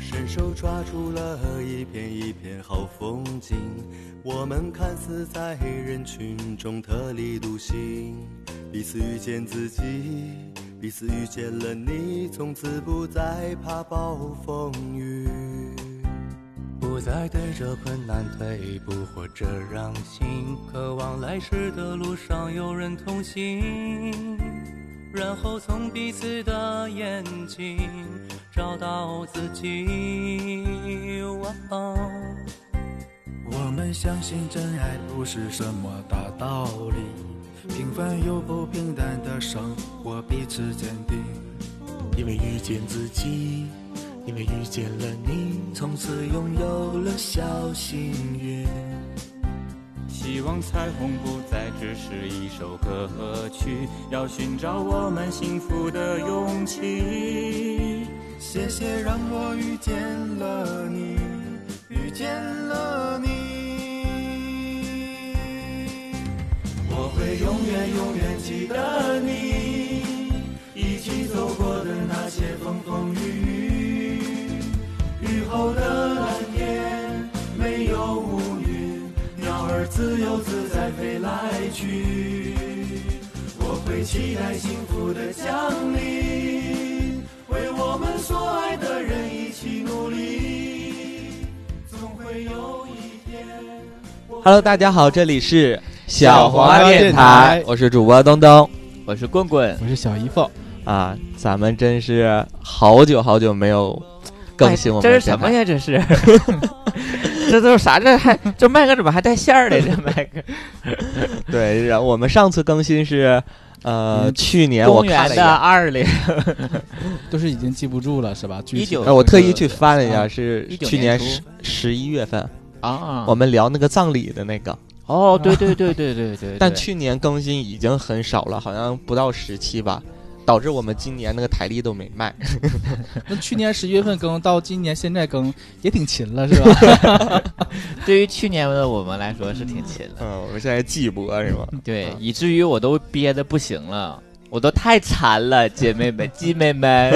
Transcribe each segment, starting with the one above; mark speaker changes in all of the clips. Speaker 1: 伸手抓住了一片一片好风景，我们看似在人群中特立独行，彼此遇见自己，彼此遇见了你，从此不再怕暴风雨，不再对着困难退步，或者让心渴望来时的路上有人同行。然后从彼此的眼睛找到自己。哇哦，
Speaker 2: 我们相信真爱不是什么大道理，平凡又不平淡的生活彼此坚定。
Speaker 3: 因为遇见自己，因为遇见了你，
Speaker 2: 从此拥有了小幸运。
Speaker 4: 希望彩虹不再只是一首歌曲，要寻找我们幸福的勇气。
Speaker 2: 谢谢让我遇见了你，遇见了你。我会永远永远记得你，一起走过的那些风风雨雨。雨后的蓝天没有乌云，鸟儿自由自在飞来去。我会期待幸福的降临，为我们所爱的人一起努力，总会有一天。
Speaker 5: Hello，大家好，这里是
Speaker 6: 小黄鸭电台
Speaker 5: 我是主播东东
Speaker 6: 我是棍棍，
Speaker 7: 我是小姨夫，
Speaker 5: 啊，咱们真是好久好久没有更新我们
Speaker 6: 这
Speaker 5: 的
Speaker 6: 哎是
Speaker 5: 电
Speaker 6: 什
Speaker 5: 台
Speaker 6: 么呀？这是，这都是 啥？这还这麦克怎么还带线儿嘞？这麦克，
Speaker 5: 对，然后我们上次更新是呃、
Speaker 7: 嗯
Speaker 5: 去年我看
Speaker 6: 公元
Speaker 5: 了一
Speaker 6: 的
Speaker 5: 下，
Speaker 6: 二零，
Speaker 7: 都是已经记不住了是吧？具体
Speaker 6: 19
Speaker 7: 的
Speaker 5: 哎，我特意去翻了一下，
Speaker 7: 嗯
Speaker 5: 是
Speaker 6: 19
Speaker 5: 去年
Speaker 6: 啊年
Speaker 5: 十
Speaker 6: 初
Speaker 5: 十一月份
Speaker 6: 啊
Speaker 5: 我们聊那个葬礼的那个，
Speaker 6: 哦，对对对对对对对，
Speaker 5: 但去年更新已经很少了，好像不到十期吧。导致我们今年那个台历都没卖，
Speaker 7: 那去年十一月份更到今年现在更也挺勤了是吧？
Speaker 6: 对于去年的我们来说是挺勤的，
Speaker 5: 嗯，我们现在季播是 吗？
Speaker 6: 对
Speaker 5: 嗯，
Speaker 6: 以至于我都憋的不行了。我都太馋了，姐 妹们、鸡妹们，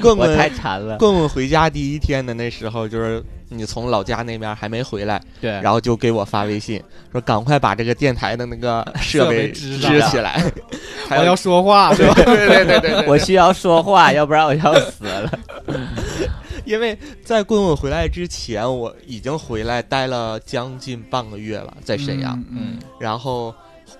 Speaker 5: 棍
Speaker 6: 我
Speaker 5: 棍
Speaker 6: 太馋 了。
Speaker 5: 棍棍回家第一天的那时候，就是你从老家那边还没回来，
Speaker 6: 对，
Speaker 5: 然后就给我发微信说赶快把这个电台的那个设备
Speaker 7: 设
Speaker 5: 支
Speaker 7: 备支
Speaker 5: 起 来，还
Speaker 7: 我要
Speaker 5: 有
Speaker 7: 说话是吧？
Speaker 5: 对对对对对，
Speaker 6: 我需要说 话，要不然我要死了。
Speaker 5: 因为在棍棍回来之前，我已经回来待了将近半个月了，在沈阳，
Speaker 7: 嗯，
Speaker 6: 嗯，
Speaker 5: 然后。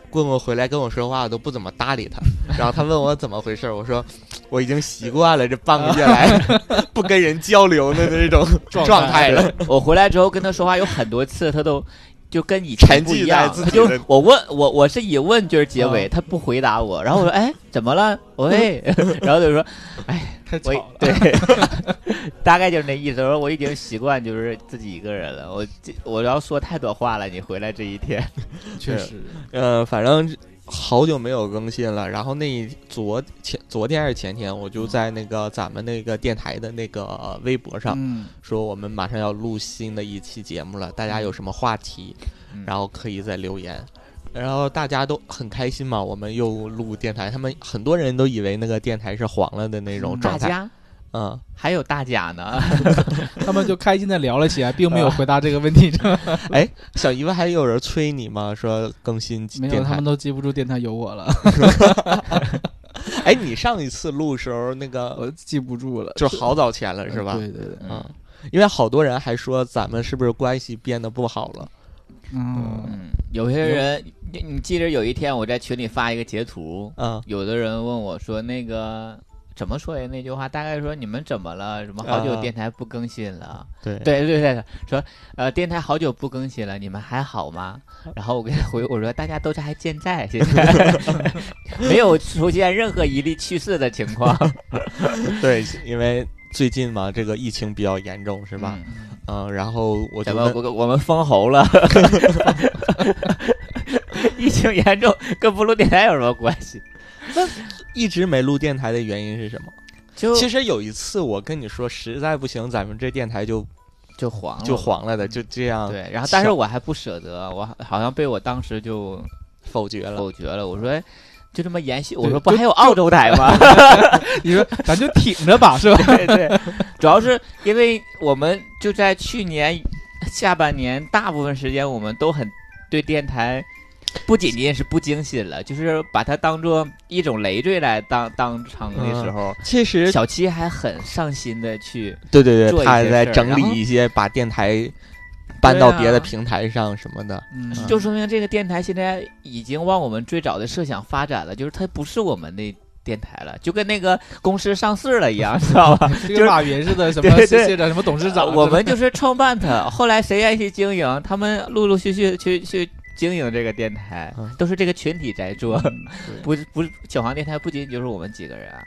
Speaker 5: 棍棍回来跟我说话，我都不怎么搭理 他。然后他问我怎么回事，我说我已经习惯了这半个月来 不跟人交流的那种
Speaker 7: 状态
Speaker 5: 状态了。
Speaker 6: 我回来之后跟他说话有很多次，他都就跟以
Speaker 5: 沉
Speaker 6: 前不
Speaker 5: 浸
Speaker 6: 一
Speaker 5: 在
Speaker 6: 样
Speaker 5: 自，
Speaker 6: 他
Speaker 5: 己
Speaker 6: 就
Speaker 5: 的
Speaker 6: 我问我我是以问句儿结尾，
Speaker 7: 啊
Speaker 6: 他不回答我，然后我说哎怎么了？ 喂，然后他就说
Speaker 7: 太吵
Speaker 6: 我
Speaker 7: 了。
Speaker 6: 对， 大概就是那意思。我说我已经习惯就是自己一个人了，我这我要说太多话了，你回来这一天，
Speaker 7: 确实，
Speaker 5: 呃，反正好久没有更新了。然后那一昨前昨天还是前天，我就在那个咱们那个电台的那个呃微博上、
Speaker 7: 嗯，
Speaker 5: 说，我们马上要录新的一期节目了，大家有什么话题，
Speaker 6: 嗯
Speaker 5: 然后可以再留言。然后大家都很开心嘛，我们又录电台，他们很多人都以为那个电台是黄了的那种 状
Speaker 6: 大
Speaker 5: 态，
Speaker 6: 家
Speaker 5: 嗯，
Speaker 6: 还有大家呢，
Speaker 7: 他们就开心的聊了起来，并没有回答这个问题。
Speaker 5: 小姨夫还有人催你吗？说更新
Speaker 7: 没有，
Speaker 5: 电
Speaker 7: 他
Speaker 5: 台
Speaker 7: 们？都记不住电台有我了，
Speaker 5: 哎，你上一次录时候那个
Speaker 7: 我记不住了，
Speaker 5: 就是好早前了是吧？
Speaker 7: 对对对，
Speaker 5: 嗯，因为好多人还说咱们是不是关系变得不好了？
Speaker 7: 嗯，
Speaker 6: 嗯，有些人你你记得有一天我在群里发一个截图，
Speaker 5: 嗯，
Speaker 6: 有的人问我说那个怎么说呀？那句话大概说你们怎么了？什么好久
Speaker 5: 啊
Speaker 6: 电台不更新了？
Speaker 5: 对
Speaker 6: 对对对，说呃电台好久不更新了，你们还好吗？然后我给他回我说大家都是还健在，现 在 没有出现任何一例去世的情况，
Speaker 5: 对，因为最近嘛，这个疫情比较严重，是
Speaker 6: 是
Speaker 5: 吧？？嗯，然后我
Speaker 6: 怎
Speaker 5: 就
Speaker 6: 么
Speaker 5: 问，
Speaker 6: 我我们封侯了？ 疫情严重跟不录电台有什么关系？
Speaker 5: 一直没录电台的原因是什么？
Speaker 6: 就
Speaker 5: 其实有一次我跟你说，实在不行，咱们这电台就
Speaker 6: 就黄了，
Speaker 5: 就黄了的，就这样
Speaker 6: 哦嗯对，然后但是
Speaker 5: 小
Speaker 6: 我还不舍得，我好好像被我当时就
Speaker 5: 否决了。
Speaker 6: 否决了。我说哎就这么延续，我
Speaker 7: 对
Speaker 6: 说不
Speaker 7: 就
Speaker 6: 还有澳洲台吗？
Speaker 7: 你说咱就挺着吧，是吧？
Speaker 6: 对对，主要是因为我们就在去年下半年，大部分时间我们都很对电台。不仅仅是不精心了，就是把它当做一种累赘来当当成的
Speaker 5: 嗯
Speaker 6: 时候，
Speaker 5: 其实
Speaker 6: 小七还很上心的去
Speaker 5: 对对
Speaker 6: 做
Speaker 5: 对，
Speaker 6: 一
Speaker 5: 他还
Speaker 6: 些
Speaker 5: 在
Speaker 6: 事儿
Speaker 5: 整理
Speaker 6: 然后
Speaker 5: 一些把电台搬到
Speaker 6: 对啊
Speaker 5: 别的平台上什么的。
Speaker 7: 嗯
Speaker 6: 就说明这个电台现在已经往我们最早的设想发展了，就是它不是我们的电台了，就跟那个公司上市了一样，知道吧？
Speaker 7: 这
Speaker 6: 就是
Speaker 7: 个马云似的，什么
Speaker 6: 对对
Speaker 7: 谢谢的，什么董事长，
Speaker 6: 呃我们就是创办它， 后来谁愿意去经营，他们陆陆续续去去经营这个电台
Speaker 5: 嗯，
Speaker 6: 都是这个群体在做，
Speaker 5: 对
Speaker 6: 不是不是小黄电台不仅仅就是我们几个人啊，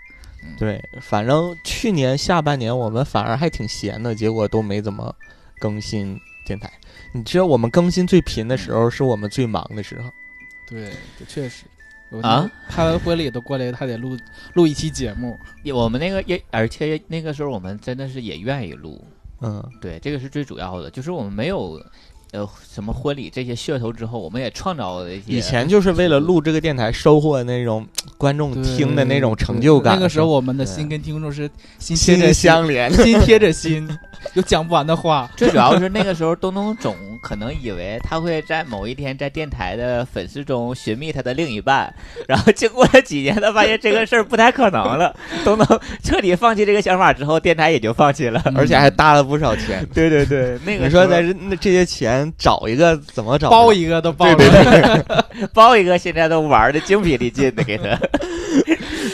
Speaker 5: 对，反正去年下半年我们反而还挺闲的，结果都没怎么更新电台。你知道我们更新最频的时候，是我们最忙的时候。
Speaker 7: 对，这确实。我
Speaker 6: 啊，
Speaker 7: 拍完婚礼都过来，还得录录一期节目。
Speaker 6: 也我们那个也而且那个时候我们真的是也愿意录，
Speaker 5: 嗯，
Speaker 6: 对，这个是最主要的，就是我们没有，呃，什么婚礼这些噱头之后，我们也创造了一些。
Speaker 5: 以前就是为了录这个电台，收获那种观众
Speaker 7: 对
Speaker 5: 听的那种成就感。
Speaker 7: 那个时候，我们的
Speaker 5: 对
Speaker 7: 心跟听众是心贴着
Speaker 5: 心
Speaker 7: 心，
Speaker 5: 相连。
Speaker 7: 心贴着心，有讲不完的话。
Speaker 6: 最主要是那个时候，东东总可能以为他会在某一天在电台的粉丝中寻觅他的另一半，然后经过了几年，他发现这个事儿不太可能了。东东彻底放弃这个想法之后，电台也就放弃了。
Speaker 7: 嗯
Speaker 5: 而且还搭了不少 钱，
Speaker 6: 对对对，那个
Speaker 5: 你
Speaker 6: 时候
Speaker 5: 说在这那这些钱找一个怎么找？
Speaker 7: 包一个都包嗯
Speaker 5: 对
Speaker 7: 了，
Speaker 5: 对
Speaker 6: 包一个，现在都玩的精疲力尽的，给 他。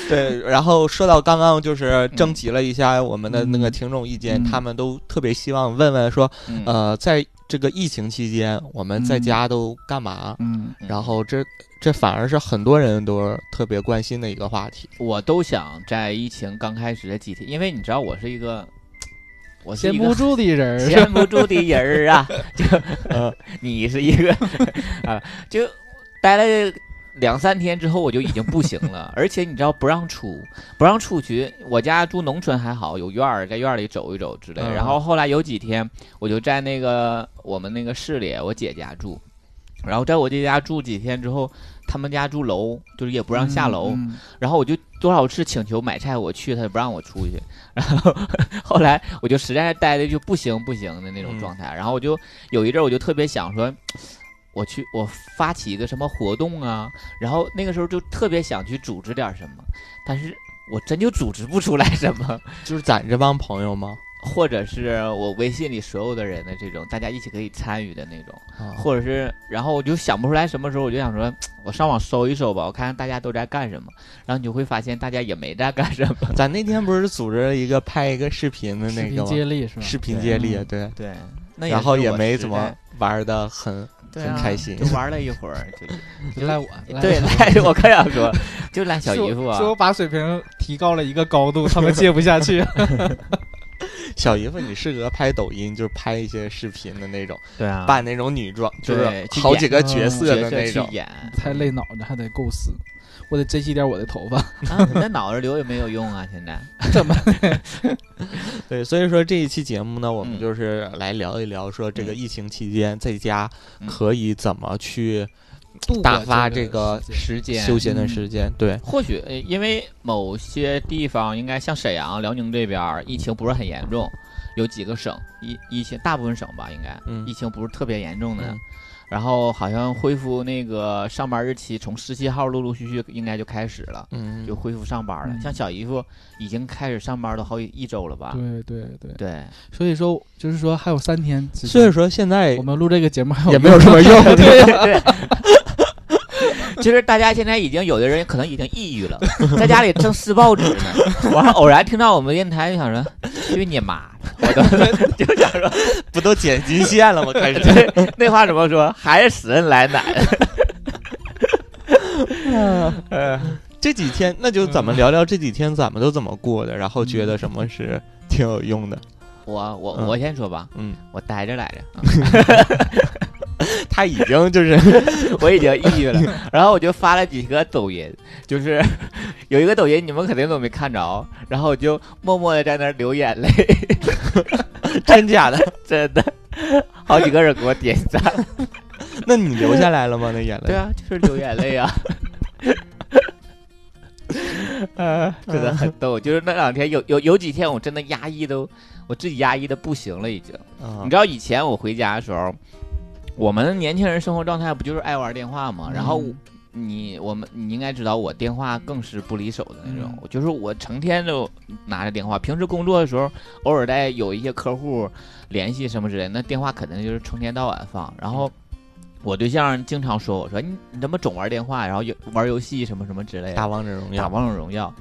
Speaker 5: 对，然后说到刚刚就是征集了一下我们的那个听众意见，
Speaker 7: 嗯
Speaker 5: 他们都特别希望问问说，
Speaker 6: 嗯
Speaker 5: 呃，在这个疫情期间，我们在家都干嘛？
Speaker 7: 嗯，
Speaker 6: 嗯
Speaker 5: 然后这这反而是很多人都特别关心的一个话题。
Speaker 6: 我都想在疫情刚开始的几天，因为你知道我是一个，我是
Speaker 7: 闲
Speaker 6: 一
Speaker 7: 不
Speaker 6: 个
Speaker 7: 住的人儿，啊嗯
Speaker 6: 闲不住的 人儿啊，就、
Speaker 5: 呃
Speaker 6: 你是一个啊，就待了两三天之后我就已经不行 了，而且你知道不让出，不让出去。我家住农村还好，有院儿，在院儿里走一走之类的。
Speaker 5: 嗯
Speaker 6: 然后后来有几天我就在那个我们那个市里我姐家住，然后在我姐家住几天之后，他们家住楼，就是也不让下楼。
Speaker 7: 嗯。嗯
Speaker 6: 然后我就多少次请求买菜，我去他也不让我出去， 然后后来我就实在是待的就不行不行的那种状态，然后我就有一阵儿我就特别想说，我去我发起一个什么活动啊，然后那个时候就特别想去组织点儿什么，但是我真就组织不出来什么，
Speaker 5: 就是咱这帮朋友吗？
Speaker 6: 或者是我微信里所有的人的这种大家一起可以参与的那种。
Speaker 5: 啊
Speaker 6: 或者是，然后我就想不出来什么时候，我就想说，我上网搜一搜吧，我看看大家都在干什么。然后你就会发现，大家也没在干什么。
Speaker 5: 咱那天不是组织了一个拍一个视频的嗯
Speaker 7: 视
Speaker 5: 那
Speaker 7: 频
Speaker 5: 个
Speaker 7: 接
Speaker 5: 吗？
Speaker 7: 力是吧？
Speaker 5: 视频接力，啊对，
Speaker 6: 对，那
Speaker 5: 然后
Speaker 6: 是
Speaker 5: 也
Speaker 6: 我
Speaker 5: 没
Speaker 6: 时
Speaker 5: 怎
Speaker 6: 代
Speaker 5: 么玩的很
Speaker 6: 对啊
Speaker 5: 很开心
Speaker 6: 就玩了一会儿。 就
Speaker 7: 就嗯赖我，
Speaker 6: 对，
Speaker 7: 赖我
Speaker 6: 赖我刚想 说，就赖小
Speaker 7: 是我
Speaker 6: 姨夫啊
Speaker 7: 是。我把水平提高了一个高度，他们接不下去。
Speaker 5: 小姨夫，你适合拍抖音，就是拍一些视频的那种，
Speaker 6: 对啊
Speaker 5: 扮那种女装，就
Speaker 6: 对
Speaker 5: 是
Speaker 6: 去
Speaker 5: 好
Speaker 6: 演
Speaker 5: 几个角
Speaker 7: 嗯
Speaker 5: 色
Speaker 6: 角
Speaker 5: 的
Speaker 6: 色
Speaker 5: 那
Speaker 6: 去
Speaker 5: 种。
Speaker 6: 演，
Speaker 7: 太累脑子，还得构思。我得珍惜点我的 头发。
Speaker 6: 啊，你那脑子留也没有用啊。现在，
Speaker 5: 对，所以说这一期节目呢，我们
Speaker 6: 嗯
Speaker 5: 就是来聊一聊，说这个
Speaker 6: 嗯
Speaker 5: 疫情期间在家
Speaker 6: 嗯
Speaker 5: 可以怎么去
Speaker 7: 度过
Speaker 5: 打发
Speaker 7: 这
Speaker 5: 这个
Speaker 7: 时间
Speaker 5: 休
Speaker 6: 时间
Speaker 5: 闲的
Speaker 7: 嗯
Speaker 5: 时间。对，
Speaker 6: 或许呃因为某些地方，应该像沈阳、辽宁这边儿疫情不是很严重，有几个省疫疫情，大部分省吧，应该、
Speaker 5: 嗯
Speaker 6: 疫情不是特别严重的。
Speaker 5: 嗯
Speaker 6: 然后好像恢复那个上班日期，从十七号陆陆续续应该就开始了，
Speaker 5: 嗯，
Speaker 6: 就恢复上班了。
Speaker 7: 嗯
Speaker 6: 像小姨夫已经开始上班都好几一周了吧？
Speaker 7: 对对对，
Speaker 6: 对，
Speaker 7: 所以说就是说还有三天时间，
Speaker 5: 所以说现在
Speaker 7: 我们录这个节目还
Speaker 5: 也没有什么用。
Speaker 6: 对对对，就是大家现在已经有的人可能已经抑郁了，在家里正撕报纸呢，我还偶然听到我们电台，就想说去你妈的，我都就想说
Speaker 5: 不都剪辑线了吗？开 始。
Speaker 6: 对那话怎么说，还是死人来奶。
Speaker 5: 呃这几天，那就咱们聊聊这几天咱们都怎么过的，然后觉
Speaker 6: 嗯
Speaker 5: 得什么是挺有用的。
Speaker 6: 我我
Speaker 5: 嗯
Speaker 6: 我先说吧，
Speaker 5: 嗯，
Speaker 6: 我待着来着，啊
Speaker 5: 他已经就是
Speaker 6: 我已经抑郁 了，然后我就发了几个抖音，就是 有一个抖音你们肯定都没看着，然后我就默默的在那儿流眼泪，
Speaker 5: 真假 的。
Speaker 6: 真的，好几个人给我点赞。
Speaker 5: 那你
Speaker 6: 啊
Speaker 5: 啊留下来了吗？那眼泪？
Speaker 6: 对啊，就是流眼泪啊。呃， 真的很
Speaker 5: 嗯
Speaker 6: 逗。就是那两天有有有几天我真的压抑都，我自己压抑的不行了已经。
Speaker 5: 啊
Speaker 6: 你知道以前我回家的时候，我们年轻人生活状态不就是爱玩电话吗？然后你我们你应该知道，我电话更是不离手的那种，就是我成天就拿着电话。平时工作的时候，偶尔在有一些客户联系什么之类的，那电话肯定就是成天到晚放。然后我对象经常说我说你你怎么总玩电话，然后游玩游戏什么什么之类的。
Speaker 5: 打王者荣
Speaker 6: 打
Speaker 5: 耀，
Speaker 6: 王者荣耀。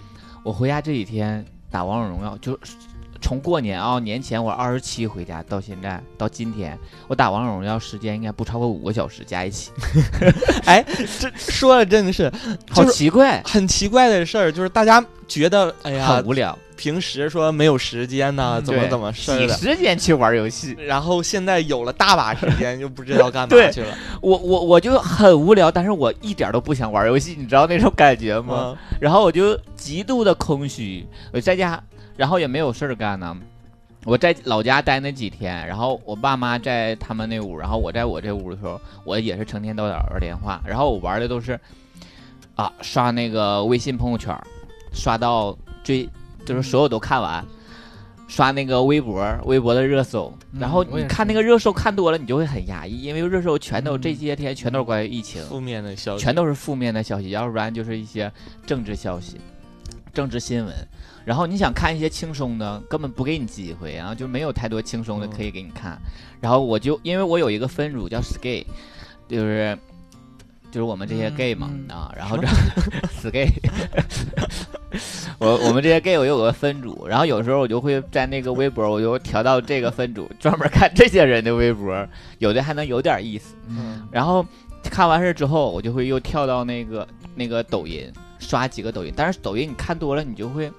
Speaker 6: 我回家这几天打王者荣耀，就是从过年啊、年前我二十七回家到现在到今天，我打王者荣耀时间应该不超过五个小时加一起，
Speaker 5: 哎，这说了真的是，
Speaker 6: 好
Speaker 5: 就是
Speaker 6: 奇怪，
Speaker 5: 很奇怪的事儿，就是大家觉得，哎呀
Speaker 6: 很，无聊，
Speaker 5: 平时说没有时间呐、
Speaker 7: 嗯
Speaker 5: 怎么
Speaker 6: 对
Speaker 5: 怎么事儿
Speaker 6: 挤
Speaker 5: 的，
Speaker 6: 时间去玩游戏，
Speaker 5: 然后现在有了大把时间，就不知道干嘛
Speaker 6: 对
Speaker 5: 去了，
Speaker 6: 我我我就很无聊，但是我一点都不想玩游戏，你知道那种感觉吗？
Speaker 5: 嗯
Speaker 6: 然后我就极度的空虚，我在家，然后也没有事儿干呢。我在老家待那几天，然后我爸妈在他们那屋，然后我在我这屋的时候，我也是成天到晚玩电话，然后我玩的都是啊刷那个微信朋友圈，刷到最就是所有都看完，刷那个微博微博的热搜，
Speaker 7: 嗯
Speaker 6: 然后
Speaker 7: 我也
Speaker 6: 你
Speaker 7: 是嗯
Speaker 6: 看那个热搜看多了，你就会很压抑，因为热搜全都这些天全都是关于疫情，
Speaker 5: 负面的消息，
Speaker 6: 全都是负面的消息，要不然就是一些政治消息、政治新闻。然后你想看一些轻松的，根本不给你机会，然后就没有太多轻松的
Speaker 5: 嗯
Speaker 6: 可以给你看。然后我就因为我有一个分组叫 Sky，就是就是我们这些
Speaker 7: 嗯
Speaker 6: gay 嘛、
Speaker 7: 嗯
Speaker 6: 啊，然后这 Sky，我我们这些 gay 我有个分组，然后有时候我就会在那个微博，我就调到这个分组，专门看这些人的微博，有的还能有点意思。
Speaker 5: 嗯
Speaker 6: 然后看完事之后，我就会又跳到那个那个抖音刷几个抖音，但是抖音你看多了，你就会。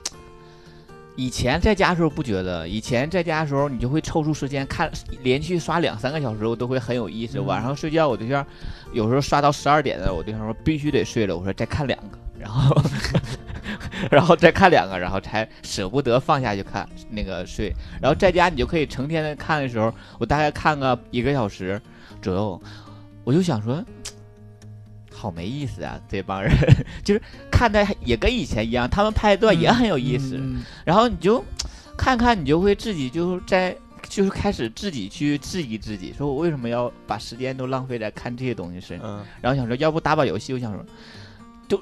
Speaker 6: 以前在家的时候不觉得，以前在家的时候你就会抽出时间看，连续刷两三个小时，我都会很有意思。晚上睡觉，我对象有时候刷到十二点的，我对象说必须得睡了，我说再看两个，然后 然后再看两个，然后才舍不得放下去看那个睡。然后在家你就可以成天的看的时候，我大概看个一个小时左右，我就想说，好没意思啊，这帮人 就是看的也跟以前一样，他们拍段也很有意思，
Speaker 7: 嗯
Speaker 6: 然后你就看看，你就会自己就在就是开始自己去质疑自己，说我为什么要把时间都浪费在看这些东西身上？
Speaker 5: 嗯，
Speaker 6: 然后想说，要不打把游戏，我想说，就